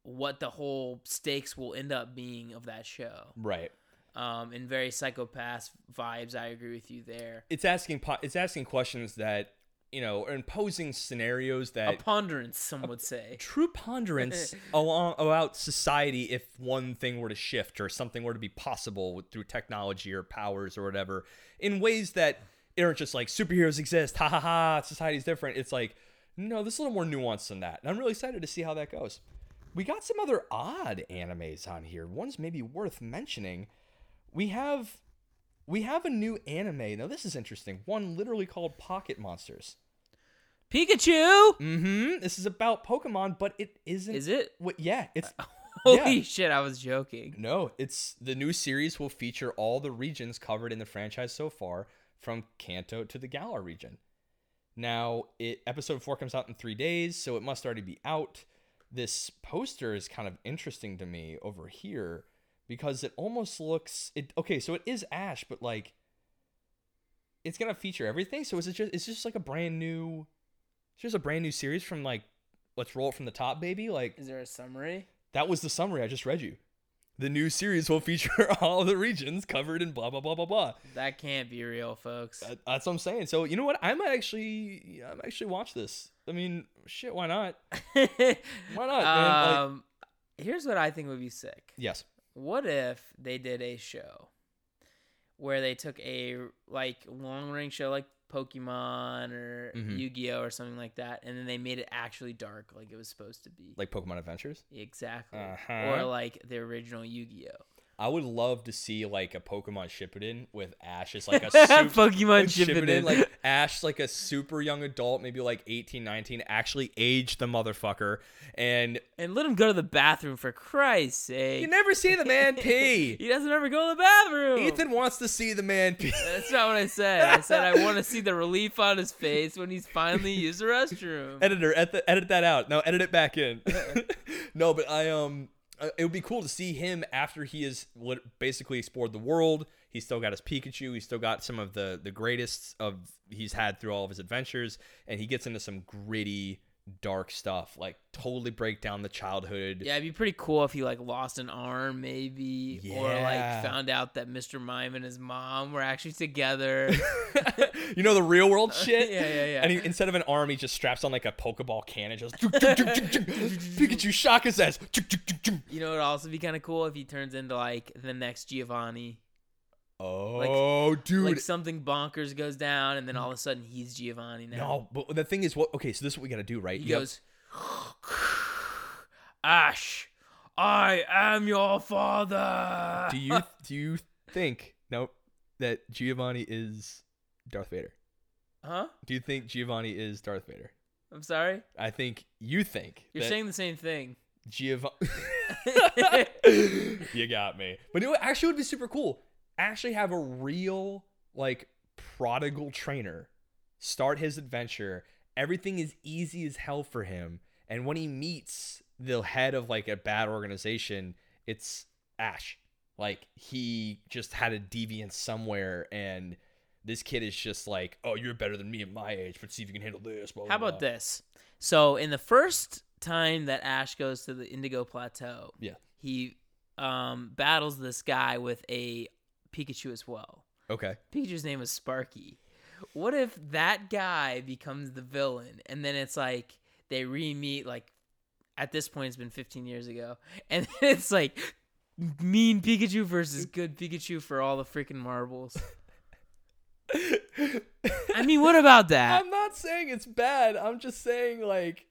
S2: what the whole stakes will end up being of that show.
S1: right
S2: Um, and very psychopath vibes. I agree with you there.
S1: it's asking po- it's asking questions that you know and posing scenarios that
S2: a ponderance, some would
S1: *laughs*
S2: say.
S1: true ponderance along about society if one thing were to shift or something were to be possible with- through technology or powers or whatever in ways that aren't just like superheroes exist ha ha ha society's different it's like no this is a little more nuanced than that and i'm really excited to see how that goes we got some other odd animes on here one's maybe worth mentioning we have we have a new anime now this is interesting one literally called pocket monsters
S2: Pikachu.
S1: mm-hmm this is about pokemon but it isn't
S2: Is it?
S1: Wait, yeah, it's
S2: Holy shit! I was joking.
S1: no, it's the new series will feature all the regions covered in the franchise so far, from Kanto to the Galar region. Now, it episode four comes out in three days, so it must already be out. This poster is kind of interesting to me over here because it almost looks it okay, so it is Ash, but like it's gonna feature everything. So is it just it's just like a brand new it's just a brand new series from like let's roll it from the top, baby? Like
S2: Is there a summary?
S1: that was the summary I just read you. The new series will feature *laughs* all the regions covered in blah blah blah blah blah.
S2: That can't be real, folks. *laughs*
S1: That- That's what I'm saying. So you know what? I might actually, I might actually watch this. I mean, shit, why not? Why not? man? Like-
S2: um, here's what I think would be sick.
S1: yes.
S2: What if they did a show where they took a like long running show like Pokemon or
S1: Mhm.
S2: Yu-Gi-Oh or something like that, and then they made it actually dark, like it was supposed to be.
S1: Like Pokemon Adventures.
S2: exactly,
S1: Uh-huh.
S2: or like the original Yu-Gi-Oh.
S1: I would love to see like a Pokemon Shippuden with Ash as like a super
S2: *laughs* Pokemon
S1: Shippuden,
S2: Shippuden.
S1: like Ash like a super young adult, maybe like 18, 19, actually aged the motherfucker and
S2: and let him go to the bathroom for Christ's sake.
S1: you never see the
S2: *laughs*
S1: man pee.
S2: he doesn't ever go to the bathroom.
S1: Ethan wants to see the man
S2: *laughs*
S1: pee.
S2: That's not what I said. I said I want to see the relief on his face when he's finally used the restroom.
S1: editor edit, th- edit that out no edit it back in
S2: Uh-uh.
S1: *laughs* no but i um uh, it would be cool to see him after he has lit- basically explored the world he's still got his pikachu he's still got some of the the greatest of he's had through all of his adventures and he gets into some gritty dark stuff like totally break down the childhood
S2: Yeah, it'd be pretty cool if he like lost an arm, maybe, or
S1: Yeah.
S2: like found out that Mr. Mime and his mom were actually together.
S1: *laughs* *laughs* you know the real world shit
S2: Uh, yeah, yeah, yeah.
S1: and he, instead of an arm he just straps on like a pokeball can and
S2: *laughs*
S1: just *laughs* pikachu shock his ass
S2: you know, it'd also be kind of cool if he turns into like the next Giovanni.
S1: oh dude
S2: Like something bonkers goes down, and then all of a sudden he's Giovanni now.
S1: No, but the thing is, what? Okay, so this is what we got to do, right?
S2: He
S1: You have-
S2: goes, Ash, I am your father.
S1: do you do you think nope that Giovanni is Darth Vader?
S2: Huh?
S1: Do you think Giovanni is Darth Vader?
S2: I'm sorry.
S1: I think you think
S2: You're
S1: that
S2: saying the same thing. *laughs*
S1: Giovanni. *laughs* you got me. But it would- actually would be super cool. Actually, have a real like prodigal trainer start his adventure. Everything is easy as hell for him, and when he meets the head of like a bad organization, it's Ash. Like he just had a deviance somewhere, and this kid is just like, "Oh, you're better than me at my age, but see if you can handle this." blah,
S2: How
S1: blah,
S2: about
S1: blah."
S2: this? So, in the first time that Ash goes to the Indigo Plateau,
S1: Yeah.
S2: he um, battles this guy with a Pikachu as well.
S1: Okay.
S2: Pikachu's name is Sparky. What if that guy becomes the villain and then it's like they re meet, like, at this point, it's been 15 years ago. *laughs* And then it's like mean Pikachu versus good Pikachu for all the freaking
S1: *laughs*
S2: marbles. I mean, what about that?
S1: I'm not saying it's bad. I'm just saying like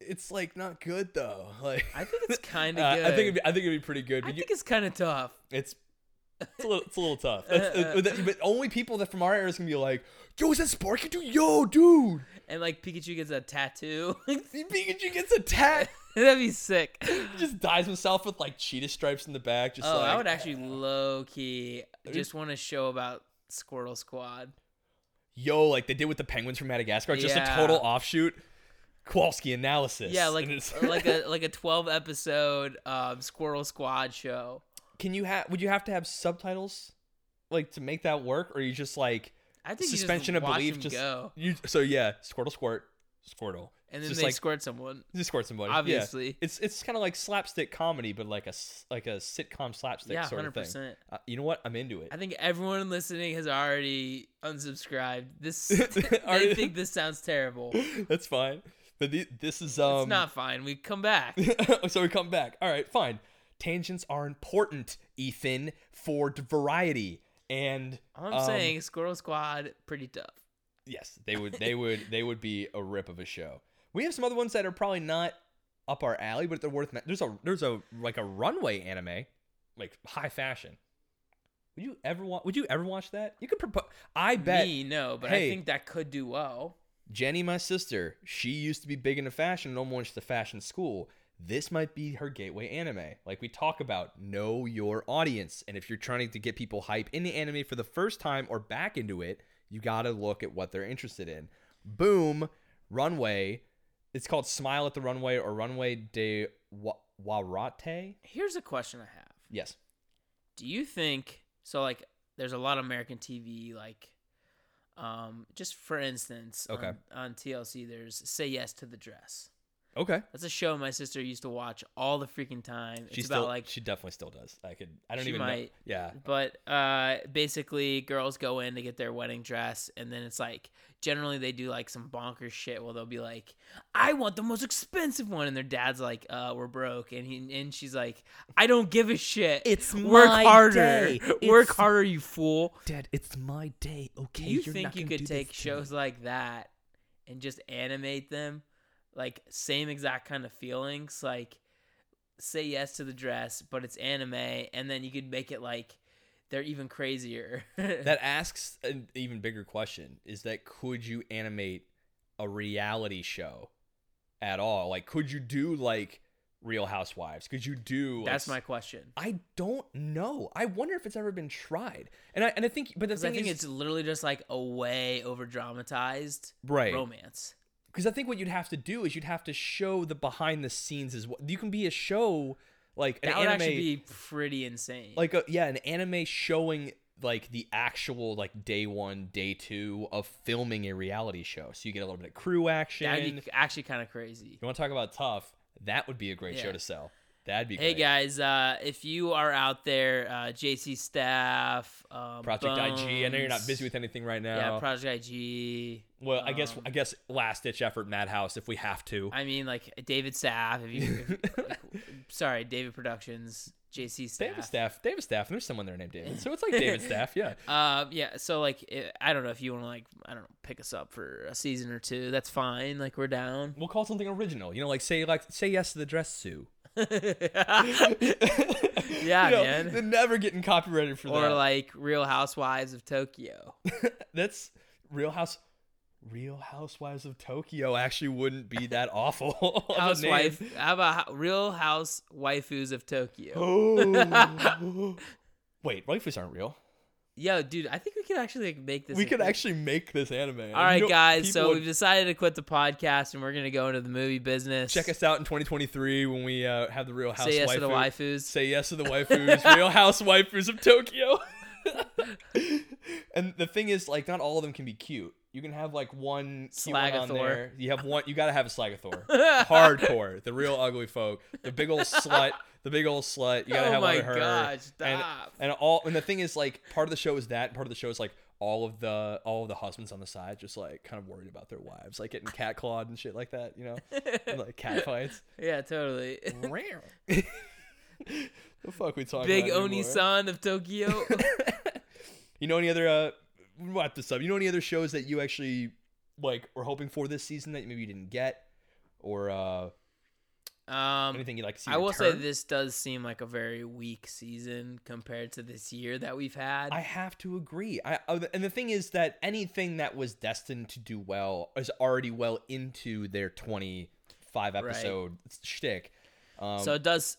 S1: it's like not good though. *laughs* Like
S2: I think it's kind
S1: Uh,
S2: of good.
S1: I think it'd be, I think it'd be pretty good.
S2: I
S1: But you,
S2: think it's kind of tough.
S1: it's it's a little it's a
S2: *laughs*
S1: little tough. That's- uh, that- but only people that from our era is gonna be like, yo, is that Sparky dude? Yo, dude,
S2: And like Pikachu gets a tattoo. *laughs*
S1: Pikachu gets a tat.
S2: That'd
S1: *laughs*
S2: be sick.
S1: He just dyes himself with like cheetah stripes in the back. Just
S2: Oh,
S1: like
S2: I would actually low key just want to show about Squirtle Squad.
S1: yo, like they did with the penguins from Madagascar. Just a
S2: Yeah.
S1: total offshoot. Kowalski analysis.
S2: Yeah,
S1: And
S2: like uh,
S1: it's- *laughs*
S2: like a like a twelve episode um, Squirrel Squad show.
S1: can you have? Would you have to have subtitles, like to make that work, or are you just like?
S2: I think
S1: suspension
S2: you
S1: of
S2: just watch
S1: belief.
S2: them
S1: Just
S2: go,
S1: you. So yeah, Squirtle, squirt, Squirtle,
S2: and then
S1: just
S2: they
S1: like-
S2: squirt someone.
S1: just squirt somebody. Yeah.
S2: Obviously,
S1: It's it's kind of like slapstick comedy, but like a s- like a sitcom slapstick
S2: yeah,
S1: sort
S2: hundred
S1: of thing.
S2: percent.
S1: Uh, you know what? I'm into it.
S2: I think everyone listening has already unsubscribed.
S1: *laughs*
S2: This *laughs*
S1: Already-
S2: they think this
S1: *laughs*
S2: sounds terrible.
S1: That's fine. But the, this is um.
S2: it's not fine. We come back.
S1: *laughs* so we come back. All right, fine. Tangents are important, Ethan, for d- variety. And
S2: All I'm
S1: um,
S2: saying, Squirrel Squad, pretty tough.
S1: yes, they would they would they would be a rip of a show. We have some other ones that are probably not up our alley, but they're worth. ma- There's a there's a like a runway anime, like high fashion. Would you ever want? Would you ever watch that? You could propose. I bet
S2: Me, no, but
S1: Hey.
S2: I think that could do well.
S1: Jenny, my sister, she used to be big into fashion and almost went to fashion school. This might be her gateway anime. Like we talk about, know your audience. And if you're trying to get people hype in the anime for the first time or back into it, you gotta look at what they're interested in. Boom, runway. It's called Smile at the Runway or Runway de Wa- Warate.
S2: Here's a question I have.
S1: Yes.
S2: do you think so like there's a lot of american tv like um just for instance
S1: Okay.
S2: on, on tlc there's say yes to the dress
S1: Okay.
S2: that's a show my sister used to watch all the freaking time it's
S1: She's
S2: about
S1: still
S2: like
S1: she definitely still does. I could. I don't
S2: She
S1: even know.
S2: might.
S1: Yeah.
S2: but uh basically girls go in to get their wedding dress and then it's like generally they do like some bonkers shit where they'll be like i want the most expensive one and their dad's like uh we're broke and he and she's like i don't give a shit
S1: It's
S2: work
S1: my
S2: harder
S1: day.
S2: work
S1: It's-
S2: harder you fool
S1: Dad, it's my day. Okay.
S2: do you
S1: You're not
S2: think you
S1: gonna do
S2: could
S1: this
S2: take
S1: to me.
S2: shows like that and just animate them like same exact kind of feelings like say yes to the dress, but it's anime, and then you could make it like they're even crazier. *laughs*
S1: that asks an even bigger question is that could you animate a reality show at all like could you do like real housewives could you do like,
S2: That's my question.
S1: i don't know i wonder if it's ever been tried and i and i think but the
S2: 'Cause I
S1: thing
S2: think
S1: is
S2: it's literally just like a way over dramatized
S1: right
S2: romance.
S1: because I think what you'd have to do is you'd have to show the behind the scenes as well. You can be a show like an
S2: That would
S1: anime,
S2: actually be pretty insane.
S1: like a, yeah, an anime showing like the actual like day one, day two of filming a reality show. So you get a little bit of crew action.
S2: that'd be actually kind of crazy.
S1: you want to talk about tough? That would be a great show to
S2: Yeah.
S1: sell. That'd be
S2: Hey
S1: great.
S2: guys, uh, if you are out there, uh, JC staff, um,
S1: Project IG. I know you're not
S2: Bones,
S1: busy with anything right now.
S2: Yeah, Project IG.
S1: well, I guess
S2: um,
S1: I guess last ditch effort, Madhouse, if we have to.
S2: I mean, like David Staff. If you,
S1: *laughs*
S2: if, like, sorry, David Productions, JC Staff.
S1: David Staff, David Staff, and there's someone there named David, so it's like
S2: *laughs*
S1: David Staff, yeah.
S2: Um, yeah. So like, i I don't know if you want to like, I don't know, pick us up for a season or two. That's fine. Like we're down. *laughs*
S1: We'll call it something original, you know, like say like say yes to the dress Sue.
S2: yeah,
S1: *laughs* You know,
S2: man.
S1: They're never getting copyrighted for
S2: or
S1: that.
S2: like Real Housewives
S1: *laughs*
S2: of Tokyo.
S1: That's Real House. Real Housewives of Tokyo actually wouldn't be
S2: *laughs*
S1: that awful. of a
S2: Housewife.
S1: name.
S2: How about ho- Real House Waifus of Tokyo?
S1: Oh. *laughs* Wait, waifus aren't real.
S2: Yo, dude, I think we could actually like, make this.
S1: we
S2: a
S1: could
S2: thing.
S1: actually make this anime.
S2: All right, guys. So
S1: would
S2: we've decided to quit the podcast and we're gonna go into the movie business.
S1: check us out in 2023 when we uh, have the Real House.
S2: Say yes to the
S1: waifu.
S2: waifus.
S1: Say yes to the
S2: *laughs*
S1: waifus, real house waifus of Tokyo. and the thing is, like, not all of them can be cute. You can have like one cute one on
S2: Slagathor.
S1: there. You have one. You gotta have a
S2: *laughs*
S1: slagathor. Hardcore, the real ugly folk, the big old slut, the big old slut. You gotta
S2: oh
S1: have
S2: my
S1: one of her.
S2: gosh!
S1: And,
S2: Stop.
S1: and all. And the thing is, like, part of the show is that. and Part of the show is like all of the all of the husbands on the side just like kind of worried about their wives, like getting catclawed and shit like that.
S2: *laughs*
S1: You know, and, like cat fights. *laughs*
S2: yeah, totally.
S1: the fuck we talking
S2: Big
S1: about
S2: Oni
S1: anymore?
S2: San
S1: *laughs*
S2: of Tokyo.
S1: You know any other uh we'll wrap this up. You know any other shows that you actually like were hoping for this season that maybe you didn't get? Or uh
S2: *laughs* um,
S1: anything you'd like to see?
S2: I will say
S1: return?
S2: this does seem like a very weak season compared to this year that we've had.
S1: I have to agree. I, I and the thing is that anything that was destined to do well is already well into their twenty five
S2: Right.
S1: episode shtick. Um,
S2: so it does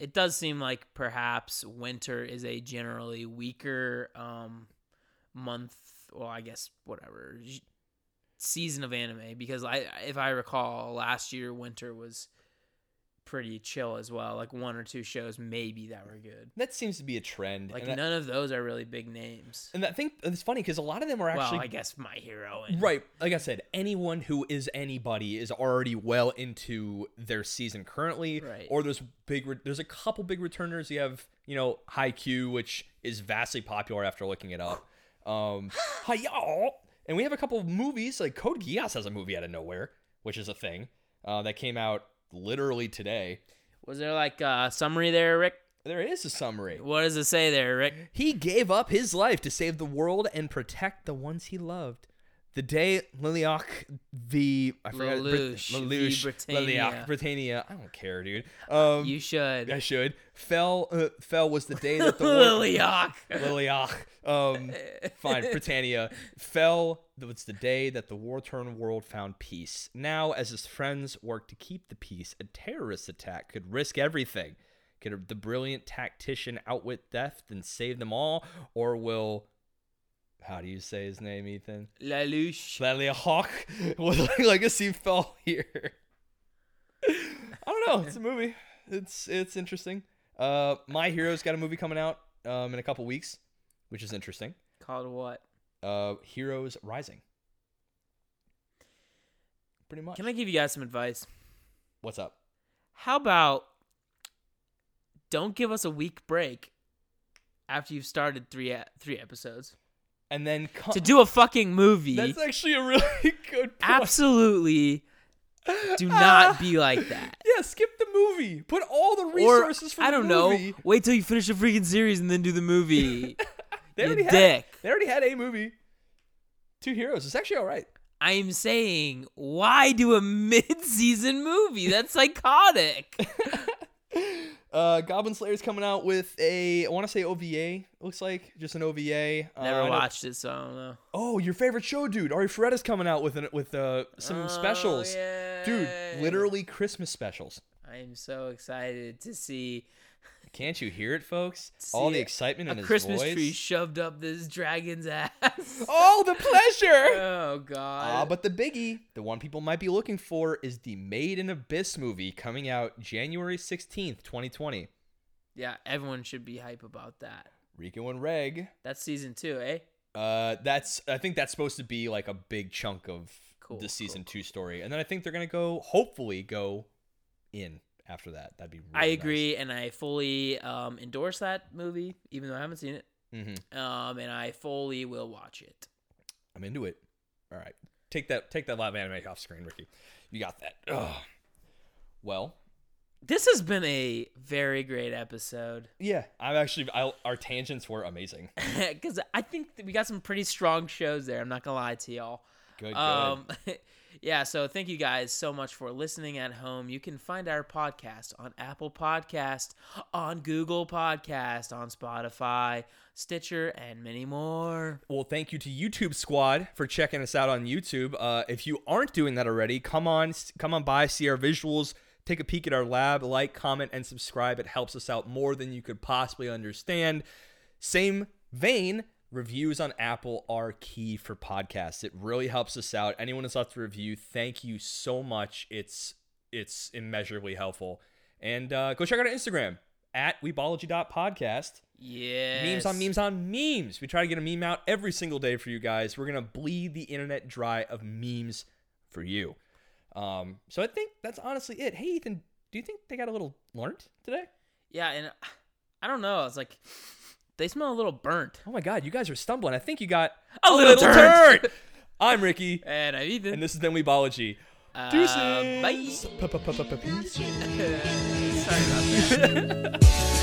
S2: it does seem like perhaps winter is a generally weaker um month well i guess whatever j- season of anime because i if i recall last year winter was pretty chill as well like one or two shows maybe that were good
S1: that seems to be a trend.
S2: like
S1: and, I,
S2: none of those are really big names
S1: and I think it's funny because a lot of them are actually
S2: well i guess my hero and
S1: Right. Like I said, anyone who is anybody is already well into their season currently.
S2: Right.
S1: Or there's big. Re- there's a couple big returners. You have you know Haikyuu, which is vastly popular after looking it up. Um, Hiya! And we have a couple of movies like Code Geass has a movie out of nowhere, which is a thing uh, that came out literally today.
S2: was there like a summary there rick
S1: There is a summary.
S2: what does it say there rick
S1: He gave up his life to save the world and protect the ones he loved. The day Liliac v. I forgot
S2: Lelouch
S1: Brit-
S2: v.
S1: Lelouch,
S2: Britannia. Uh,
S1: Liliac Britannia. I don't care, dude. Um,
S2: you should *laughs*
S1: I should. Fell uh, fell was the day that the world.
S2: Liliac.
S1: Liliac. Um, fine, Britannia fell. It's the day that the war-torn world found peace. Now, as his friends worked to keep the peace, a terrorist attack could risk everything. Could the brilliant tactician outwit death and save them all, or will? How do you say his name, Ethan?
S2: Lelouch.
S1: Liliac. *laughs* Will legacy fell here? I don't know. It's a movie. It's it's interesting. Uh, My Hero's got a movie coming out um, in a couple weeks, which is interesting.
S2: Called what?
S1: Uh, Heroes Rising. Pretty much.
S2: Can I give you guys some advice?
S1: What's up?
S2: How about don't give us a week break after you've started three e- three episodes
S1: And then co-
S2: to do a fucking movie?
S1: That's actually a really *laughs* good. Point.
S2: absolutely,
S1: *laughs*
S2: do not be like that.
S1: Yeah, skip the movie. Put all the resources
S2: or
S1: for
S2: I
S1: the
S2: don't
S1: movie.
S2: know. Wait till you finish the freaking series and then do
S1: *laughs*
S2: the movie.
S1: They
S2: you
S1: already had.
S2: dick.
S1: They already had a movie. Two heroes. It's actually all right.
S2: I'm *laughs* saying, why do a mid-season movie? That's psychotic.
S1: Uh, Goblin Slayer's coming out with a I want to say OVA. it Looks like just an OVA. Uh, *laughs*
S2: Never
S1: I know-
S2: watched it, so I don't know.
S1: Oh, your favorite show, dude. Ari Ferretta's coming out with an, with uh, some
S2: Oh,
S1: specials, dude.
S2: yay.
S1: Literally Christmas specials.
S2: I am so excited to see
S1: Can't you hear it, folks? All
S2: See
S1: the
S2: a-
S1: excitement
S2: a
S1: in his
S2: Christmas
S1: voice.
S2: tree shoved up this dragon's *laughs* ass.
S1: Oh, the
S2: *laughs*
S1: pleasure.
S2: Oh,
S1: Ah,
S2: God.
S1: but the biggie, the one people might be looking for, is the Made in Abyss movie coming out January sixteenth, twenty twenty.
S2: yeah, everyone should be hype about that.
S1: Rico and Reg.
S2: That's season two, eh?
S1: Uh, that's I think that's supposed to be like a big chunk of
S2: Cool,
S1: the season
S2: cool,
S1: two story, and then I think they're gonna go hopefully go in after that. That'd be. Really
S2: I agree, and I fully um, endorse that movie, even though I haven't seen it.
S1: hmm
S2: Um, and I fully will watch it.
S1: I'm into it. All right, take that take that live anime off screen, Ricky. You got that. Ugh. Well,
S2: This has been a very great episode
S1: yeah. I'm actually. I, our tangents were amazing.
S2: *laughs* because I think that we got some pretty strong shows there. I'm not gonna lie to y'all.
S1: Good. good.
S2: Um, *laughs* yeah, so thank you guys so much for listening at home. You can find our podcast on Apple Podcast, on Google Podcast, on Spotify, Stitcher, and many more.
S1: Well, thank you to YouTube Squad for checking us out on YouTube. Uh, if you aren't doing that already, come on, come on by, see our visuals, take a peek at our lab, like, comment, and subscribe. It helps us out more than you could possibly understand. Same vein, reviews on Apple are key for podcasts. It really helps us out. Anyone that's left a review, thank you so much. It's it's immeasurably helpful. And uh, go check out our Instagram at weebology.podcast.
S2: Yeah.
S1: Memes on memes on memes. We try to get a meme out every single day for you guys. We're gonna bleed the internet dry of memes for you. Um, so I think that's honestly it. Hey Ethan, do you think they got a little learned today?
S2: Yeah, and I don't know. It's like they smell a little burnt.
S1: Oh my god, you guys are stumbling. I think you got
S2: *laughs* A little turnt.
S1: turnt. I'm Ricky,
S2: And I'm Ethan.
S1: and this is Then Weebology.
S2: Uh,
S1: Deuces.
S2: bye. *laughs*
S1: Pa- pa- pa- pa- pa- peace.
S2: Sorry about that.